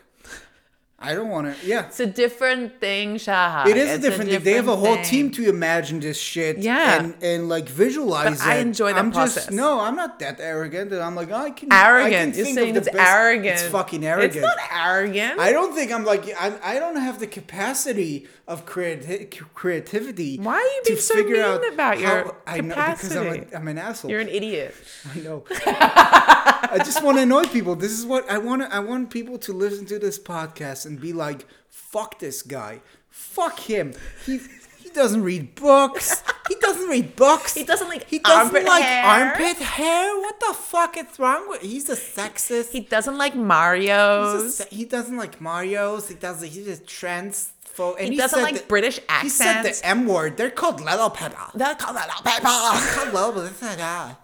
B: I don't want to. Yeah,
A: it's a different thing shaha
B: it is
A: It's
B: a different. thing. They have a whole
A: different
B: team
A: thing.
B: to imagine this shit.
A: Yeah.
B: and, and like visualize
A: But I
B: it.
A: enjoy that
B: I'm
A: process.
B: Just, no, I'm not that arrogant. And I'm like "Oh, I can. I can
A: arrogant you're
B: think
A: saying
B: of
A: it's
B: the best.
A: arrogant
B: It's fucking arrogant.
A: it's not arrogant
B: I don't think I'm like I. I don't have the capacity of creati- creativity.
A: Why are you
B: to
A: being so
B: figure
A: mean
B: out
A: about your
B: how- I know because I'm,
A: capacity?
B: a, I'm an asshole.
A: you're an idiot
B: (laughs) I
A: (laughs)
B: know. I just want to annoy people. This is what I want. I want people to listen to this podcast and be like, "Fuck this guy. Fuck him. He he doesn't read books. He doesn't read books.
A: He doesn't like
B: He doesn't
A: armpit
B: like
A: hair.
B: armpit hair. What the fuck is wrong with? He's a sexist.
A: he doesn't like mario
B: He's just- he doesn't like Mario's. He doesn't. He's just transphobe. And
A: He doesn't
B: said
A: like British
B: He
A: accents.
B: said the M word. They're called little pepper.
A: They're called little pepper.
B: They're called little pepper.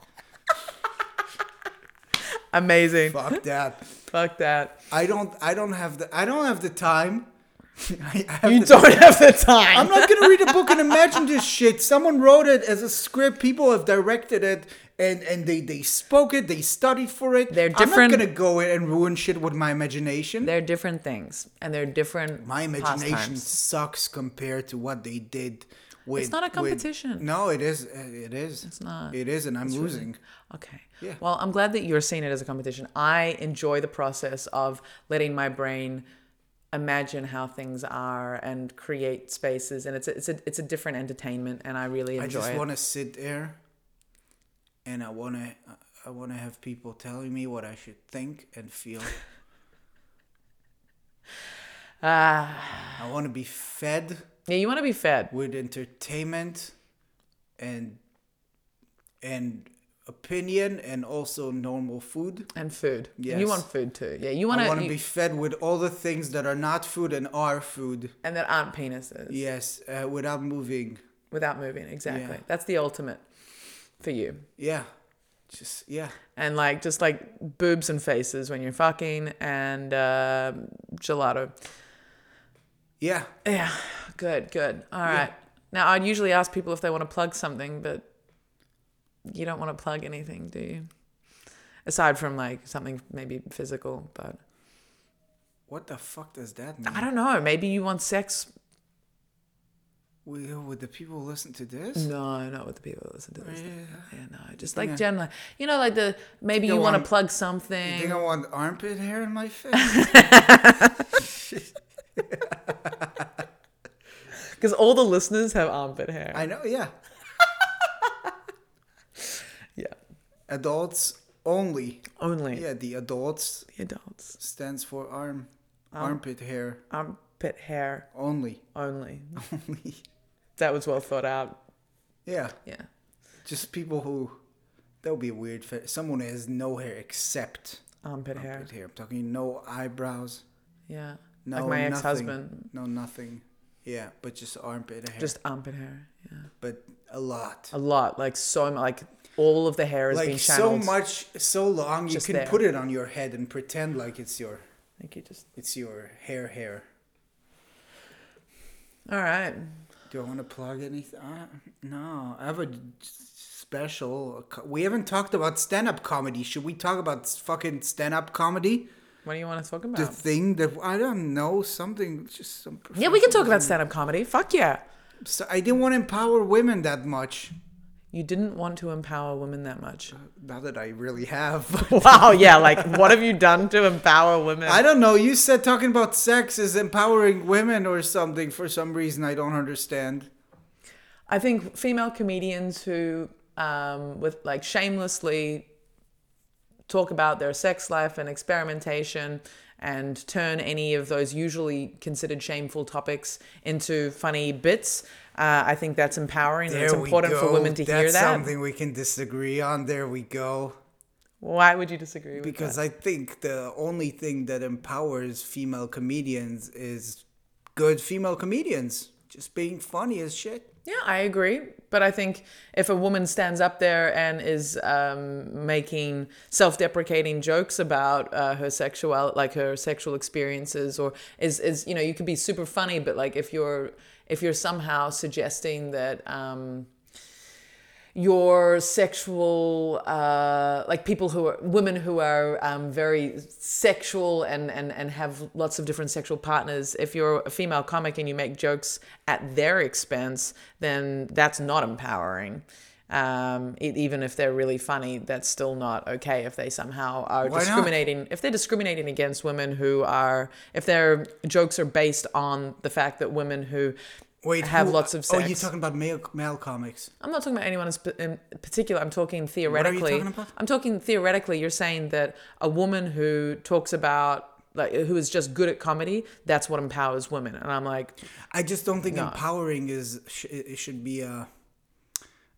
A: amazing
B: Fuck that.
A: fuck that
B: I don't. I don't have the. I don't have the time. (laughs) I I have
A: you
B: the-
A: don't have the time
B: I'm not gonna read a book and imagine this shit. Someone wrote it as a script. People have directed it, and and they they spoke it. They studied for it.
A: They're
B: I'm
A: different-
B: not gonna go in and ruin shit with my imagination.
A: They're different things, and they're different.
B: My imagination
A: pastimes.
B: sucks compared to what they did with.
A: not a
B: with-
A: competition.
B: no, it is. It is. It's
A: not.
B: It is, and I'm losing.
A: Okay.
B: Yeah.
A: Well, I'm glad that you're seeing it as a competition. I enjoy the process of letting my brain imagine how things are and create spaces, and it's a, it's a it's a different entertainment, and I really
B: I
A: enjoy
B: just
A: it.
B: want to sit there, and I want to. I want to have people telling me what I should think
A: (laughs)
B: and feel.
A: Ah.
B: I want to be fed
A: yeah, you want to be fed.
B: with entertainment and and opinion and also normal food.
A: and food. And you
B: Yes.
A: want food too. Yeah, you want
B: I want
A: to,
B: to be fed with all the things that are not food and are food.
A: and there aren't penises
B: Yes, uh, without moving.
A: without moving. Exactly.
B: Yeah.
A: That's the ultimate for you.
B: Yeah, just yeah.
A: And like just like boobs and faces when you're fucking and uh, gelato.
B: Yeah,
A: Yeah, good, good. All right. Now I'd usually ask people if they want to plug something, but you don't want to plug anything, do you? Aside from like something maybe physical, but
B: what the fuck does that
A: I
B: mean?
A: don't know. Maybe you want sex.
B: Would, would the people listen to this?
A: No, not with the people that listen to this. Yeah, no, just like
B: Yeah.
A: generally, you know, like the maybe you
B: Go
A: want to
B: on.
A: plug
B: You think
A: something.
B: I want armpit hair in
A: (laughs)
B: my face?
A: Because all the listeners have armpit hair.
B: I know. Yeah,
A: yeah,
B: adults only.
A: only
B: Yeah, the adults
A: the adults.
B: stands for arm,
A: Oh.
B: armpit hair
A: Armpit hair
B: only. (laughs)
A: only.
B: Only.
A: That was well thought out.
B: Yeah,
A: Yeah.
B: just people who. That would be weird. For, someone who has no hair except
A: Armpit hair.
B: armpit hair. I'm talking no eyebrows.
A: Yeah.
B: No,
A: like my
B: nothing.
A: ex husband.
B: No, nothing. Yeah, but just armpit hair.
A: Just armpit hair. Yeah.
B: but a lot.
A: A lot. Like so much like all of the hair is being
B: Like so
A: channeled.
B: much, so long. You
A: Just
B: can
A: there.
B: put it on your head and pretend like it's your,
A: I think you just
B: it's your hair. Hair.
A: All right.
B: Do I want to plug anything? Uh, no, I have a special. We haven't talked about stand-up comedy. Should we talk about fucking stand-up comedy?
A: What do you want to talk
B: The
A: about?
B: thing that I don't know, something just some.
A: Um, yeah, we can talk about stand up comedy. Fuck yeah.
B: So I didn't want to empower women that much.
A: You didn't want to empower women that
B: (laughs)
A: much.
B: Now that I
A: (laughs)
B: really have.
A: Wow, yeah, like what have you done to empower women?
B: I don't know. You said talking about sex is empowering women or something for some reason I don't understand.
A: I think female comedians who, um, with like shamelessly talk about their sex life and experimentation and turn any of those usually considered shameful topics into funny bits. Uh, I think that's empowering and it's important for women to
B: That's
A: hear that.
B: something we can disagree on. There we go.
A: Why would you disagree with
B: Because I think the only thing that empowers female comedians is good female comedians just being funny as shit.
A: that? Yeah, I agree. But I think if a woman stands up there and is um, making self-deprecating jokes about uh, her sexual, like her sexual experiences, or is is you know you could be super funny, but like if you're if you're somehow suggesting that. Um, your sexual uh, like people who are women who are um, very sexual and, and and have lots of different sexual partners if you're a female comic and you make jokes at their expense then that's not empowering um, e- even if they're really funny that's still not okay if they somehow are
B: Why not?
A: discriminating if they're discriminating against women who are if their jokes are based on the fact that women who
B: Wait,
A: have
B: who-
A: lots of
B: Oh,
A: sex
B: you're talking about male male comics?
A: I'm not talking about anyone in sp- in particular. I'm talking
B: you
A: theoretically.
B: talking about?
A: I'm talking theoretically. You're saying that a woman who talks about like who is just good at comedy, that's what empowers women. And I'm like,
B: I just don't think empowering is sh- it should be a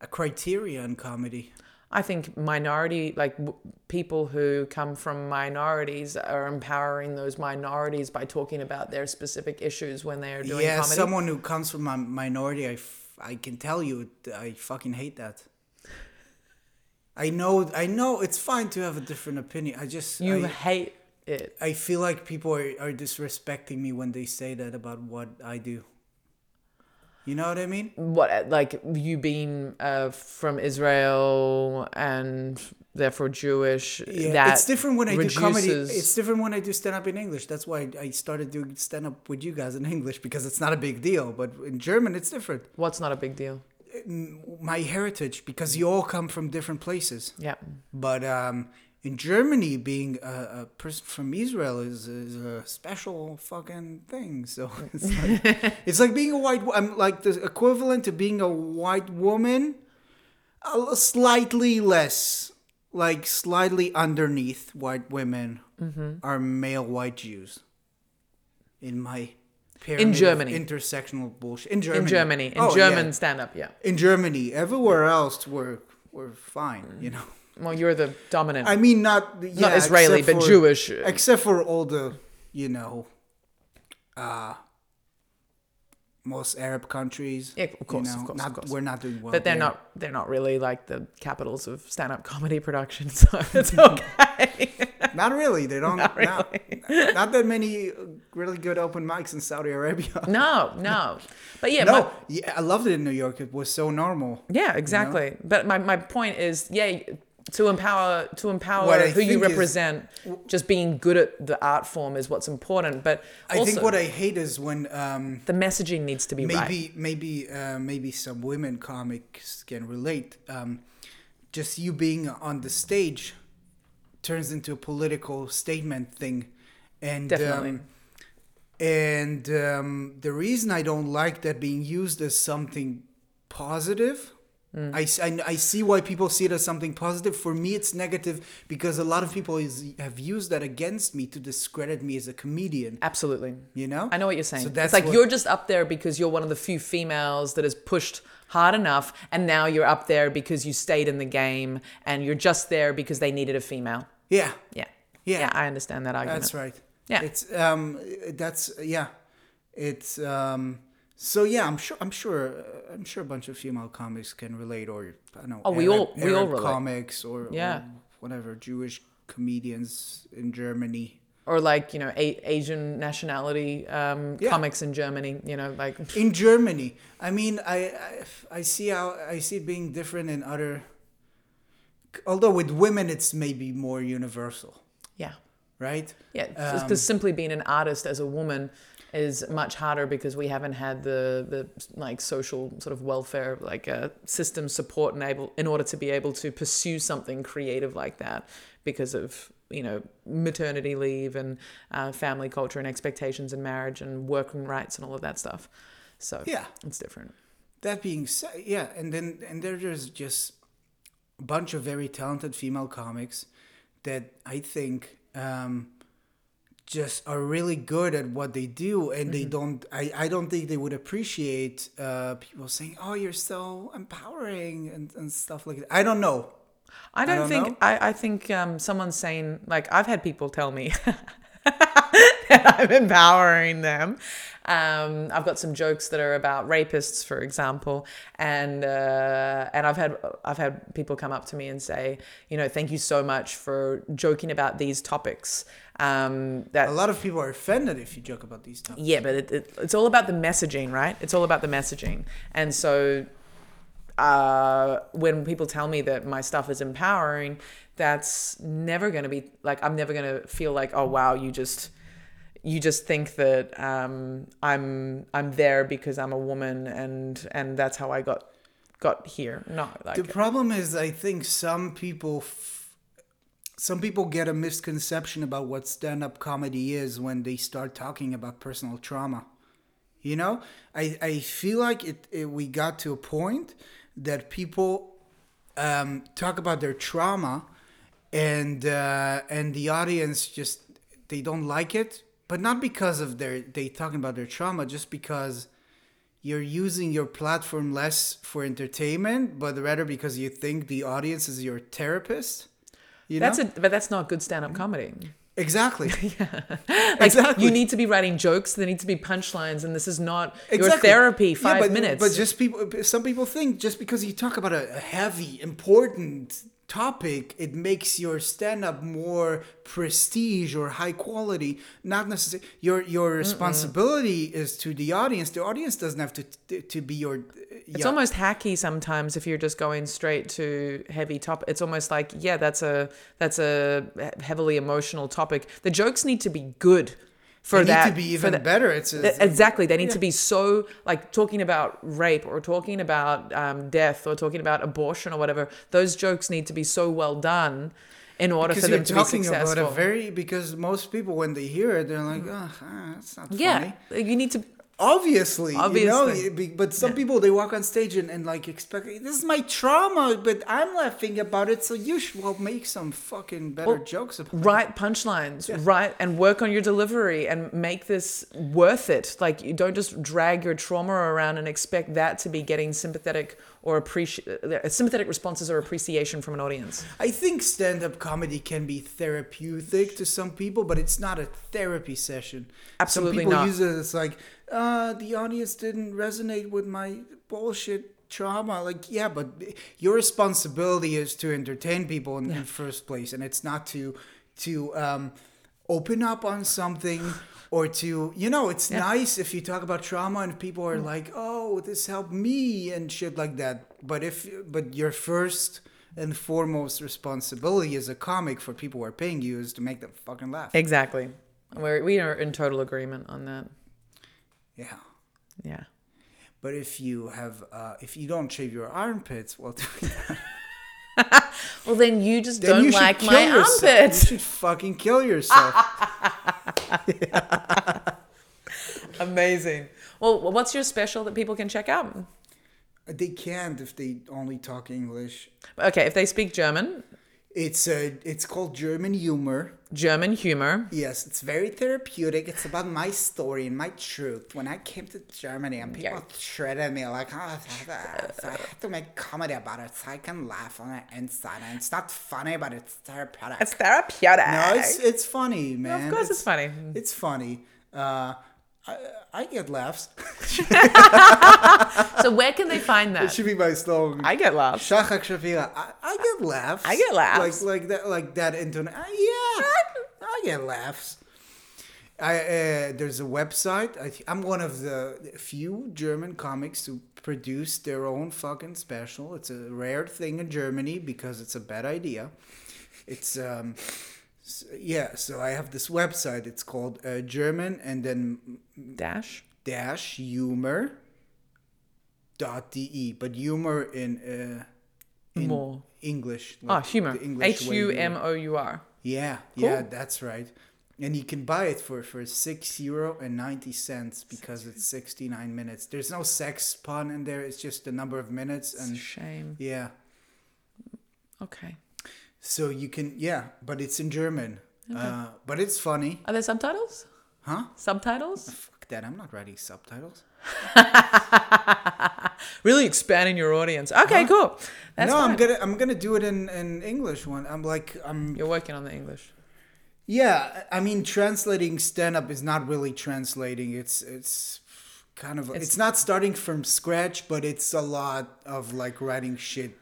B: a criteria in comedy.
A: I think minority like w- people who come from minorities are empowering those minorities by talking about their specific issues when they are doing
B: yeah,
A: comedy.
B: someone who comes from a minority, I, f- I can tell you, I fucking hate that. I know, I know, it's fine to have a different opinion. I just,
A: you
B: I,
A: hate it.
B: I feel like people are, are disrespecting me when they say that about what I do. You know what I mean?
A: what like you being uh, from Israel and therefore Jewish
B: Yeah,
A: that
B: it's different when I do comedy.
A: reduces-
B: It's different when I do stand up in English. That's why I started doing stand up with you guys in English because it's not a big deal. But in German, it's different.
A: what's not a big deal
B: My heritage, because you all come from different places.
A: yeah
B: But um, in Germany, being a, a person from Israel is, is a special fucking thing. (laughs) So it's (laughs) like, it's like being a white. wo- I'm like the equivalent to being a white woman, a l- slightly less, like slightly underneath white women are male white Jews. In my pyramid of
A: Germany.
B: intersectional bullshit in Germany,
A: in Germany in
B: Oh, yeah.
A: German stand up yeah
B: in Germany, everywhere else were we're fine, you know.
A: Well, you're the dominant.
B: I mean, not yeah,
A: Not Israeli,
B: except
A: but
B: for-
A: Jewish.
B: except for all the you know, uh, most Arab countries.
A: Yeah, of
B: you
A: course, of
B: know,
A: course, of
B: not-
A: course.
B: We're not doing well,
A: but they're
B: there.
A: not they're not really like the capitals of stand-up (laughs) comedy production, so
B: (laughs)
A: it's okay.
B: Not really.
A: (laughs)
B: They don't. Not, not that many uh, really good open mics in Saudi Arabia.
A: no, no. But yeah, my-
B: No, yeah, I loved it in New York. It was so normal.
A: Yeah, exactly. But my, my point is, yeah, to empower to
B: What I
A: empower who you
B: think is-
A: represent, just being good at the art form is what's important. But
B: I
A: also,
B: think what I hate is when um,
A: the messaging needs to be
B: maybe
A: right.
B: maybe uh, maybe some women comics can relate. Um, just you being on the stage turns into a political statement thing, and
A: Definitely.
B: Um, and um, the reason I don't like that being used as something positive,
A: Mm.
B: I s I I I, see why people see it as something positive. For me, it's negative because a lot of people is, have used that against me to discredit me as a comedian.
A: Absolutely.
B: You know,
A: I know what you're saying.
B: So
A: it's
B: that's
A: like
B: what-
A: you're just up there because you're one of the few females that has pushed hard enough, and now you're up there because you stayed in the game, and you're just there because they needed a female.
B: yeah,
A: Yeah.
B: Yeah.
A: I understand that argument.
B: That's right.
A: Yeah.
B: It's um that's yeah. It's um so yeah, I'm sure I'm sure uh, I'm sure a bunch of female comics can relate or I don't know.
A: Oh, we all- we all relate.
B: comics or or
A: Yeah.
B: whatever Jewish comedians in Germany.
A: Or like you know, a- Asian nationality um,
B: Yeah.
A: comics in Germany. You know, like (laughs)
B: In Germany, I mean, I I, I see how I see it being different in other. Although with women, it's maybe more universal,
A: yeah.
B: right?
A: Yeah, because simply being an artist as a woman is much harder because we haven't had the the like social sort of welfare like uh, system support enable in order to be able to pursue something creative like that because of you know maternity leave and uh, family culture and expectations and marriage and working rights and all of that stuff. So
B: Yeah.
A: it's different.
B: That being said, yeah, and then and there- there's just a bunch of very talented female comics that I think um, just are really good at what they do, and they don't. I, I don't think they would appreciate uh, people saying, "Oh, you're so empowering" and, and stuff like that. I don't know.
A: I don't,
B: don't know.
A: think I, I think um, someone's saying like I've had people tell me (laughs) that I'm empowering them. Um, I've got some jokes that are about rapists, for example, and uh, and I've had I've had people come up to me and say, you know, thank you so much for joking about these topics. Um, that
B: A lot of people are offended if you joke about these topics.
A: yeah, but it, it, it's all about the messaging, right? It's all about the messaging. And so uh, when people tell me that my stuff is empowering, that's never going to be like, I'm never going to feel like, oh, wow, you just. You just think that um, I'm I'm there because I'm a woman and and that's how I got got here. No, like
B: The problem is, I think some people, f- some people get a misconception about what stand-up comedy is when they start talking about personal trauma. You know, I I feel like it, it we got to a point that people um, talk about their trauma, and uh, and the audience just they don't like it, but not because of their they talking about their trauma, just because you're using your platform less for entertainment, but rather because you think the audience is your therapist. You
A: that's
B: know?
A: a, but that's not good stand up
B: (laughs)
A: comedy. (laughs)
B: exactly.
A: Like
B: (laughs) Exactly.
A: you need to be writing jokes. There need to be punchlines, and this is not your
B: Exactly.
A: therapy.
B: Yeah,
A: Five
B: but-
A: minutes.
B: But just people, some people think just because you talk about a, a heavy, important topic, it makes your stand-up more prestige or high quality. Not necessarily your your responsibility is to the audience. The audience doesn't have to to be your.
A: It's almost hacky sometimes if you're just going straight to heavy top. It's almost like yeah, that's a that's a he- heavily emotional topic. The jokes need to be good for
B: They need
A: that.
B: to be
A: for
B: even
A: that-
B: better. It's
A: Th- exactly. They need to be so like talking about rape or talking about um, death or talking about abortion or whatever. Those jokes need to be so well done in order
B: because
A: for
B: you're
A: them to be
B: talking
A: successful. Mm-hmm.
B: about a very because most people when they hear it they're like, oh, that's not
A: yeah,
B: funny.
A: you need to
B: Obviously,
A: Obviously.
B: You know, be- but some people they walk on stage and, and like expect this is my trauma, but I'm laughing about it. So you should well make some fucking better
A: Well,
B: jokes about.
A: write punchlines write and work on your delivery and make this worth it like you don't just drag your trauma around and expect that to be getting sympathetic or appreci- uh, sympathetic responses or appreciation from an audience
B: I think stand up comedy can be therapeutic to some people, but it's not a therapy session.
A: Absolutely
B: some people
A: not.
B: use it as like, uh, the audience didn't resonate with my bullshit trauma. Like, yeah, but your responsibility is to entertain people in, in first place, and it's not to to um, open up on something. Or to, you know, it's nice if you talk about trauma and people are like, oh, this helped me and shit like that. But if, but your first and foremost responsibility as a comic for people who are paying you is to make them fucking laugh.
A: exactly We're, we are in total agreement on that
B: Yeah.
A: yeah
B: But if you have, uh, if you don't shave your armpits, well, (laughs) then
A: well then you just don't
B: you should
A: like
B: kill
A: my
B: yourself.
A: armpits (laughs)
B: You should fucking kill yourself. Uh,
A: amazing well what's your special that people can check out
B: they can't if they only talk English.
A: okay if they speak german
B: It's uh, it's called German humor.
A: german humor
B: Yes, it's very therapeutic. It's about my story and my truth. When I came to Germany and people
A: Yeah.
B: shredded me like, oh, so I had to make comedy about it so I can laugh on the inside. And it's not funny, but it's therapeutic.
A: it's therapeutic
B: no, it's it's funny, man.
A: of course it's funny
B: It's funny. Uh, I, I get laughs. (laughs)
A: so where can they find that
B: It should be my slogan.
A: I get laughs.
B: Shachak Shafira. I, I get laughs.
A: I get laughs.
B: Like like that like that intone. Uh, yeah, I get laughs. I uh, there's a website. I th- I'm one of the few German comics to produce their own fucking special. It's a rare thing in Germany because it's a bad idea. It's um. s- Yeah, so I have this website. It's called uh, German and then
A: Dash.
B: dash humor dot de but humor in uh in
A: More.
B: english
A: Ah,
B: like
A: humor.
B: the English
A: H
B: way
A: U
B: humor.
A: M O U R.
B: yeah yeah that's right and you can buy it for for six euro and 90 cents because it's 69 minutes there's no sex pun in there it's just the number of minutes and
A: Shame.
B: yeah
A: Okay.
B: so you can yeah but it's in german uh but it's funny
A: Are there subtitles?
B: huh
A: Subtitles? (laughs)
B: fuck that i'm not writing subtitles
A: Really expanding your audience. Okay, cool. That's
B: no
A: fine.
B: i'm gonna i'm gonna do it in in english one i'm like i'm
A: You're working on the English.
B: Yeah, I I mean, translating stand up is not really translating. It's it's kind of it's, not starting from scratch, but it's a lot of like writing shit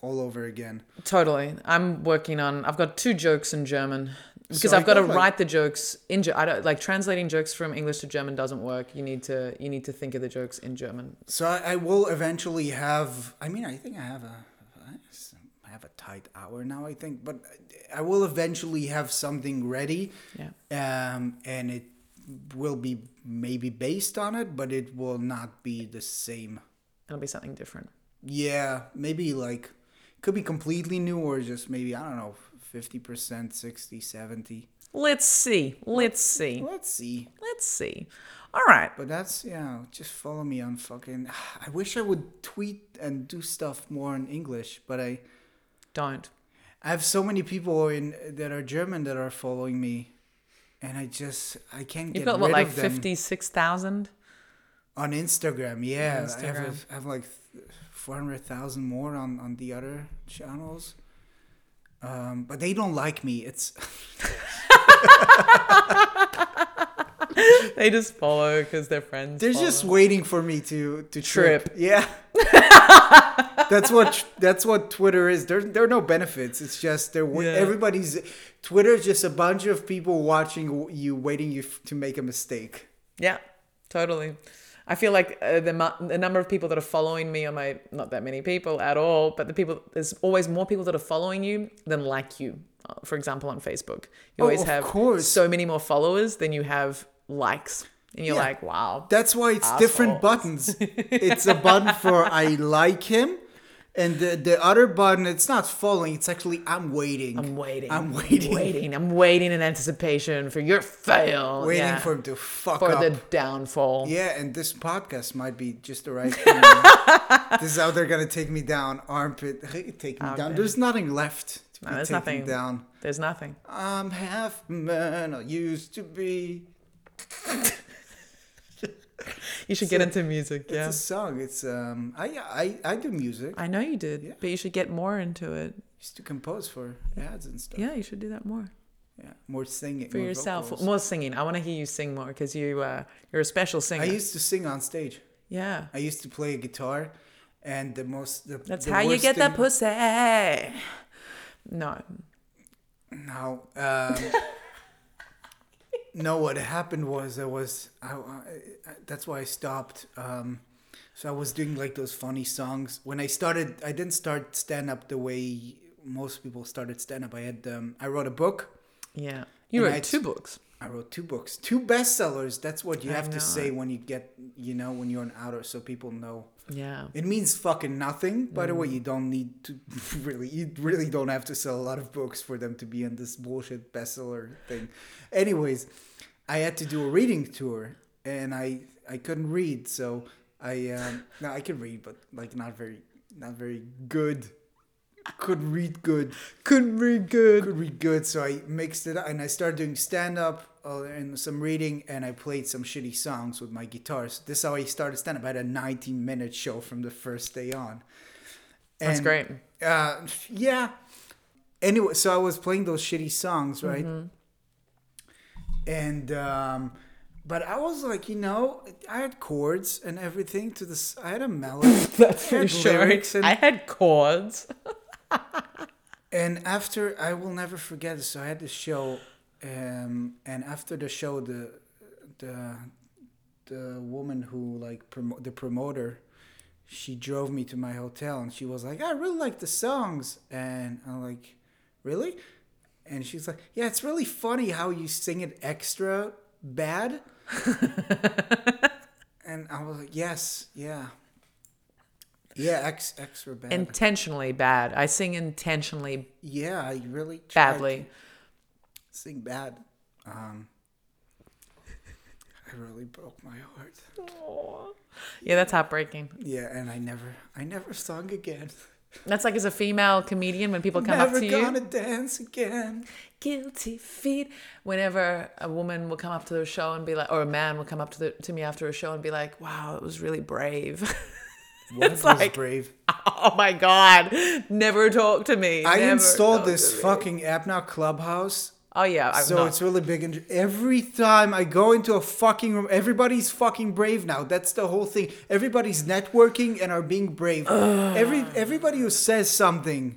B: all over again.
A: Totally. I'm working on. I've got two jokes in German because
B: So I
A: I've got to
B: got, like-
A: write the jokes in. Ge- I don't like translating jokes from English to German doesn't work. You need to. You need to think of the jokes in German.
B: So I, I will eventually have. I mean, I think I have a I have a tight hour now. I think, but I will eventually have something ready.
A: Yeah.
B: Um, and it will be maybe based on it, but it will not be the same.
A: It'll be something different.
B: Yeah, maybe like could be completely new or just maybe I don't know, 50%, 60, 70.
A: Let's see. Let's see.
B: Let's see.
A: Let's see. All right.
B: But that's yeah, just follow me on fucking (sighs) I wish I would tweet and do stuff more in English, but I
A: Don't.
B: I have so many people in that are German that are following me and I just I can't get
A: You've got what,
B: rid
A: like
B: of them
A: 56,000?
B: on Instagram. Yeah, I have,
A: Instagram.
B: I have like 400,000 more on on the other channels. Um, but they don't like me. It's
A: They just follow because they're friends.
B: They're
A: follow.
B: just waiting for me to to trip.
A: Trip. (laughs)
B: Yeah. that's what that's what Twitter is. There there are no benefits. It's just they're wa-
A: Yeah.
B: everybody's Twitter is just a bunch of people watching you waiting you f- to make a mistake.
A: yeah, totally. I feel like uh, the, mu- the number of people that are following me on my not that many people at all, but the people there's always more people that are following you than like you. Uh, For example, on Facebook, you
B: Oh,
A: always
B: of
A: have
B: course.
A: so many more followers than you have likes, and you're
B: Yeah.
A: like, wow,
B: That's why it's different buttons. it's a button for I like him And the, the other button, it's not falling. It's actually I'm waiting.
A: I'm waiting.
B: I'm waiting.
A: waiting. I'm waiting in anticipation for your fail.
B: Waiting
A: Yeah.
B: for him to fuck
A: for
B: up.
A: the downfall.
B: Yeah, and this podcast might be just the
A: (laughs)
B: right thing. this is how they're gonna take me down, armpit, take me down. There's nothing left to be
A: Oh, there's
B: taken
A: nothing.
B: down.
A: There's nothing.
B: I'm half man I used to be.
A: You should get into music. Yeah.
B: It's a song. It's um, I I I do music. I
A: I know you did,
B: Yeah.
A: but you should get more into it.
B: used to compose for ads and stuff. Yeah,
A: Yeah, you should do that more
B: more singing
A: for
B: more
A: yourself.
B: vocals.
A: More singing. I want to hear you sing more because you uh, you're a special singer.
B: I used to sing on stage.
A: yeah.
B: I used to play a guitar, and the most the,
A: That's
B: the
A: how you
B: worst
A: get
B: thing,
A: that pussy. No.
B: No. Um, no, what happened was I was I, I, that's why I stopped. Um, so I was doing like those funny songs. When I started, I didn't start stand up the way most people started stand up. I had um, I wrote a book.
A: Yeah. You
B: And
A: wrote
B: I-
A: two books.
B: I wrote two books, two bestsellers. That's what you
A: I
B: have
A: know.
B: to say when you get, you know, when you're an outer, so people know.
A: Yeah.
B: It means fucking nothing. By the way, you don't need to (laughs) really, you really don't have to sell a lot of books for them to be in this bullshit bestseller thing. Anyways, I had to do a reading tour, and I I couldn't read, so I um, no I can read, but like not very not very good. Could read good,
A: Couldn't read good.
B: could read good, so I mixed it up and I started doing stand up uh, and some reading, and I played some shitty songs with my guitars. This is how I started stand up. I had a 19 minute show from the first day on.
A: That's
B: And, (laughs)
A: great.
B: Uh, yeah. Anyway, so I was playing those shitty songs, right?
A: Mm-hmm.
B: And um, but I was like, you know, I had chords and everything to this. I had a melody.
A: That's
B: I
A: for
B: had
A: sure.
B: lyrics and-
A: I had chords.
B: and after I will never forget this. So I had this show, um, and after the show, the the the woman who like promo- the promoter, she drove me to my hotel, and she was like, "I really like the songs," and I'm like, "Really?" And she's like, "Yeah, it's really funny how you sing it extra bad." and I was like, "Yes, yeah." Yeah, ex- extra
A: (laughs)
B: bad.
A: Intentionally bad. I sing intentionally
B: yeah, I really tried to-
A: badly.
B: sing bad. (laughs) Um, I really broke my heart.
A: Aw. Yeah, that's heartbreaking.
B: Yeah, and I never, I never sung again.
A: That's like as a female comedian when people come
B: never
A: up to you.
B: gonna dance again.
A: guilty feet. Whenever a woman will come up to the show and be like, or a man will come up to the, to me after a show and be like, "Wow, it was really brave." (laughs)
B: What
A: It's
B: if was
A: like-
B: brave?
A: oh my god, never talk to me.
B: I
A: Never
B: installed
A: talk
B: this
A: to me.
B: fucking app now, Clubhouse.
A: Oh yeah, I'm
B: so
A: not.
B: it's really big. And every time I go into a fucking room, everybody's fucking brave now. That's the whole thing. Everybody's networking and are being brave. Every everybody who says something.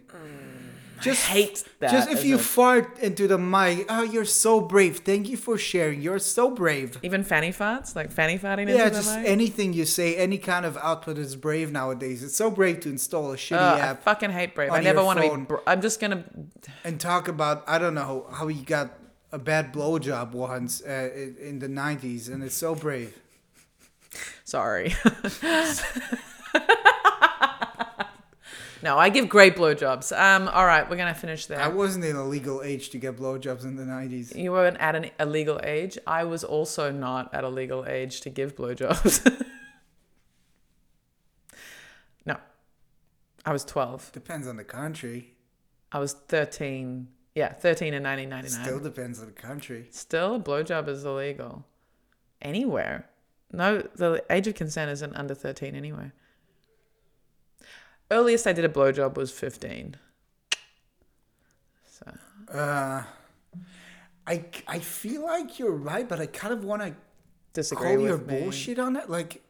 B: Just
A: Mm. hate that
B: Just
A: as
B: if you
A: a-
B: fart into the mic, oh, you're so brave. Thank you for sharing. You're so brave.
A: even fanny farts, like fanny farting into
B: Yeah,
A: the
B: just
A: mic.
B: anything you say, any kind of output is brave nowadays. It's so brave to install a shitty
A: Ugh, I
B: app
A: fucking hate brave. I
B: on
A: never
B: your
A: want to be.
B: phone.
A: Br- I'm just gonna.
B: and talk about I don't know how he got a bad blowjob once uh, in in the '90s, and it's so brave.
A: Sorry. (laughs) no, I give great blowjobs. Um, all right, we're gonna finish there.
B: I wasn't in a legal age to get blowjobs in the '90s.
A: You weren't at an, a legal age. I was also not at a legal age to give blowjobs. (laughs) no. I was 12.
B: Depends on the country.
A: I was 13. Yeah, 13 in 1999.
B: Still
A: Still,
B: depends on the country.
A: a blowjob is illegal. Anywhere. No, the age of consent isn't under 13 anyway. Earliest I did a blowjob was 15. So,
B: Uh, I I feel like you're right, but I kind of want to
A: disagree
B: call
A: with
B: your
A: me.
B: bullshit on it. Like,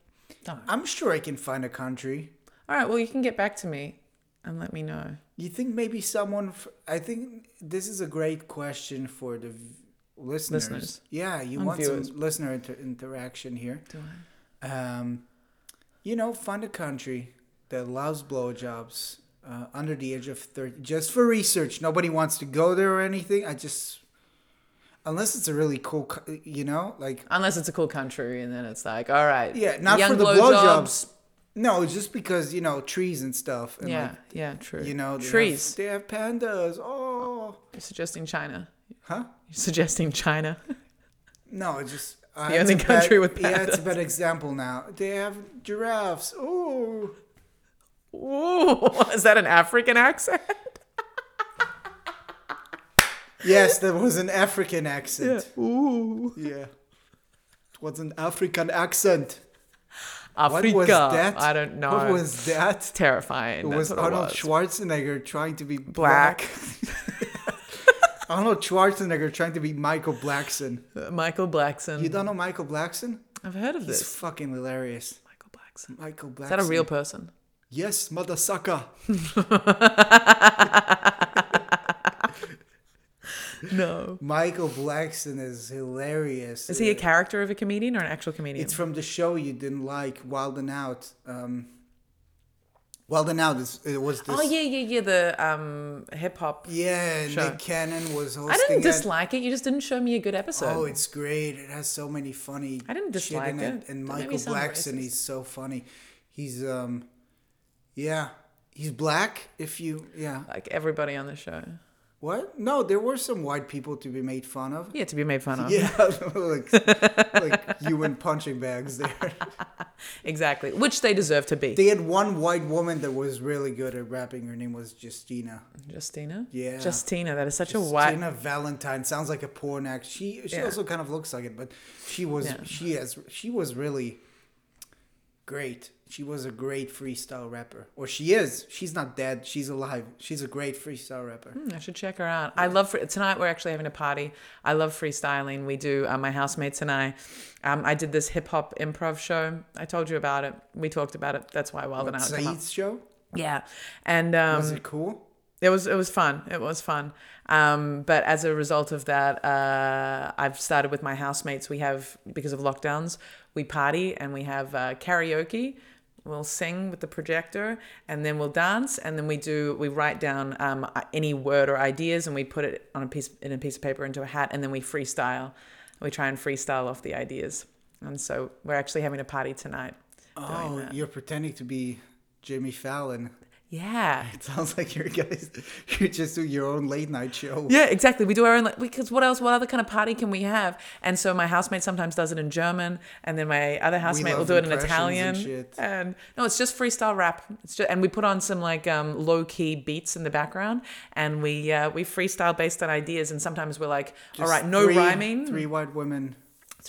A: No.
B: I'm sure I can find a country.
A: All right, well, you can get back to me and let me know.
B: You think maybe someone? F- I think this is a great question for the v- listeners.
A: Listeners.
B: Yeah, you
A: And
B: want
A: viewers.
B: some listener inter- interaction here.
A: Do I?
B: Um, you know, find a country that allows blowjobs uh, under the age of 30, just for research. Nobody wants to go there or anything. I just, unless it's a really cool, co- you know, like,
A: Unless it's a cool country, and then it's like, all right,
B: Yeah, not
A: young
B: for the
A: blowjobs,
B: No, it's just because you know trees and stuff. And
A: yeah, yeah, true.
B: Like, you know they have-
A: trees.
B: they have pandas. Oh,
A: You're suggesting China.
B: huh?
A: You're suggesting China.
B: No, it's just uh,
A: The only
B: it's a bad-
A: country with
B: Yeah, it's a bad example now. They have giraffes. Oh,
A: Ooh, (laughs) is that an African accent?
B: yes, there was
A: (laughs)
B: an African accent.
A: Ooh,
B: Yeah. it was an African accent. What
A: Africa.
B: was that?
A: I don't know.
B: What was that?
A: It's terrifying.
B: It
A: That's
B: was
A: what
B: Arnold
A: it was.
B: Schwarzenegger trying to be
A: Black.
B: Arnold Schwarzenegger trying to be Michael Blackson.
A: (laughs) Michael Blackson.
B: You don't know Michael Blackson?
A: I've heard of
B: He's
A: this.
B: fucking hilarious.
A: Michael Blackson.
B: Michael Blackson.
A: Is that a real
B: (laughs)
A: person?
B: Yes, mother sucker.
A: No.
B: Michael Blackson is hilarious.
A: Is he a character of a comedian or an actual comedian?
B: It's from the show you didn't like, Wild and Out. Um, Wild and Out is it was this.
A: oh yeah, yeah, yeah. The um, hip hop.
B: Yeah,
A: Sure.
B: Nick Cannon was hosting.
A: I didn't
B: it.
A: dislike it. You just didn't show me a good episode.
B: Oh, it's great. It has so many funny.
A: I didn't
B: shit in
A: dislike it.
B: And
A: That made me
B: Michael
A: sound
B: Blackson,
A: racist.
B: he's so funny. He's um, yeah, he's black. If you yeah,
A: like everybody on the show.
B: what? No, there were some white people to be made fun of.
A: Yeah, to be made fun of.
B: Yeah, (laughs) like like you in punching bags there.
A: Exactly. Which they deserve to be.
B: (laughs) They had one white woman that was really good at rapping. Her name was Justina.
A: Justina?
B: Yeah.
A: Justina. That is such a white.
B: Justina Valentine sounds like a porn act. She she
A: Yeah.
B: also kind of looks like it, but she was
A: Yeah.
B: she has she was really great. She was a great freestyle rapper, or she is. She's not dead. She's alive. She's a great freestyle rapper.
A: Hmm, I should check her out. I love free- tonight. We're actually having a party. I love freestyling. We do. Uh, my housemates and I. Um, I did this hip hop improv show. I told you about it. We talked about it. That's why Wild and Out. came up.
B: Saeed's show
A: Yeah, and um,
B: was it cool?
A: it was it was fun. It was fun. Um, but as a result of that, uh, I've started with my housemates. We have because of lockdowns, we party and we have uh, karaoke. We'll sing with the projector, and then we'll dance, and then we do we write down um, any word or ideas, and we put it on a piece in a piece of paper into a hat, and then we freestyle. We try and freestyle off the ideas, and so we're actually having a party tonight. doing
B: Oh,
A: that.
B: you're pretending to be Jimmy Fallon.
A: yeah.
B: It (laughs) sounds like you're guys. (laughs) You just do your own late night show.
A: Yeah, exactly. We do our own like because what else? What other kind of party can we have? And so my housemate sometimes does it in German, and then my other housemate will
B: love
A: do it in
B: impressions
A: Italian.
B: and shit.
A: And no, it's just freestyle rap. It's just and we put on some like um, low key beats in the background, and we uh, we freestyle based on ideas. And sometimes we're like, all
B: Just
A: right, no
B: three-
A: rhyming. Three,
B: Three white women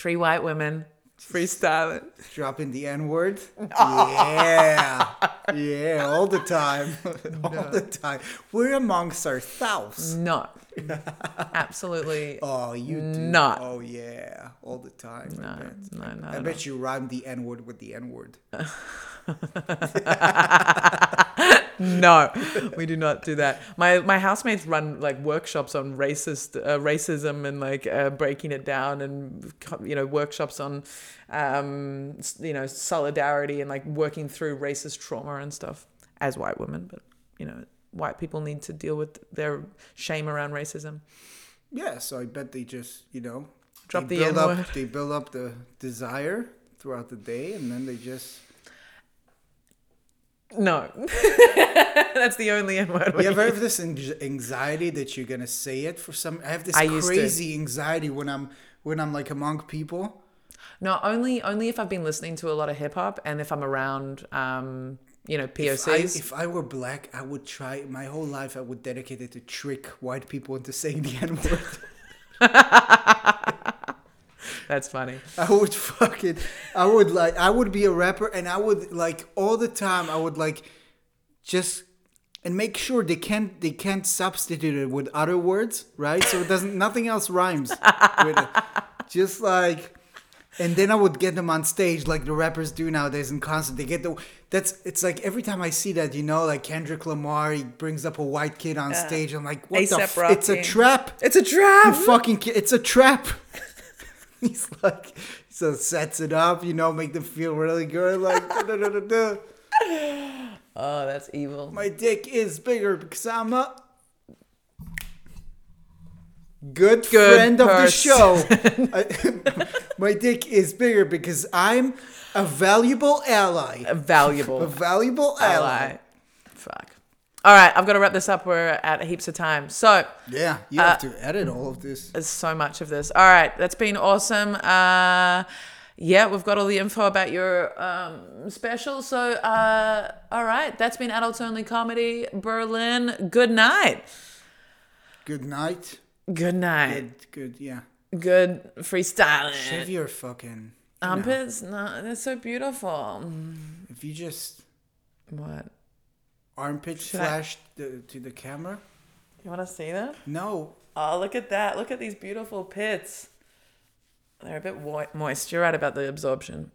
A: white women freestyling.
B: dropping the
A: (laughs)
B: N word. Yeah, (laughs) yeah, all the time, (laughs) all the time. We're amongst ourselves. (laughs)
A: No, absolutely.
B: Oh, you do.
A: Not.
B: Oh yeah, all the time. I
A: No,
B: bet,
A: no, no,
B: I
A: no.
B: bet you rhyme the N word with the N word.
A: (laughs) no, we do not do that. My my housemates run like workshops on racist uh, racism and like uh, breaking it down, and co- you know workshops on um, s- you know solidarity and like working through racist trauma and stuff as white women, but you know white people need to deal with their shame around racism.
B: Yeah, so I bet they just you know
A: Drop
B: they
A: the
B: build up
A: N-word.
B: they build up the desire throughout the day, and then they just.
A: No, (laughs) that's the only N (laughs) word. we
B: You ever have this anx- anxiety that you're gonna say it for some? I have this
A: I used to.
B: crazy anxiety when I'm when I'm like among people.
A: No, only only if I've been listening to a lot of hip hop and if I'm around, um, you know,
B: If I,
A: POCs.
B: if I were black, I would try my whole life. I would dedicate it to trick white people into saying the N word.
A: That's funny.
B: I would (laughs) fucking, I would like, I would be a rapper, and I would like all the time. I would like, just and make sure they can't they can't substitute it with other words, right? So it doesn't nothing else rhymes with it. Just like. And then I would get them on stage like the rappers do nowadays in concert. They get the that's it's like every time I see that, you know, like Kendrick Lamar, he brings up a white kid on stage. I'm like, what the?
A: A$AP
B: F- it's a
A: Rocky.
B: trap.
A: It's a
B: You
A: trap.
B: fucking kid, it's a trap. (laughs) He's like, so sets it up, you know, make them feel really good. Like, (laughs) duh, duh, duh, duh, duh.
A: Oh, that's evil.
B: my dick is bigger because I'm a good, friend of the (laughs)
A: person.
B: show. I- My dick is bigger because I'm a valuable ally.
A: A (laughs)
B: A
A: valuable
B: valuable ally.
A: ally. Fuck. All right, I've got to wrap this up. We're at heaps of time. So
B: Yeah, you have to edit all of this.
A: there's so much of this. All right, that's been awesome. Uh, yeah, we've got all the info about your um, special. So uh, all right, that's been Adults Only Comedy Berlin. Good night.
B: Good night.
A: Good night.
B: Good, good, yeah.
A: Good freestyling.
B: Shave your fucking.
A: Armpits, no, they're so beautiful.
B: If you just
A: What?
B: armpit
A: I-
B: flashed the, to the camera.
A: You want to see them?
B: No,
A: Oh, look at that. Look at these beautiful pits. They're a bit wo- moist. You're right about the absorption.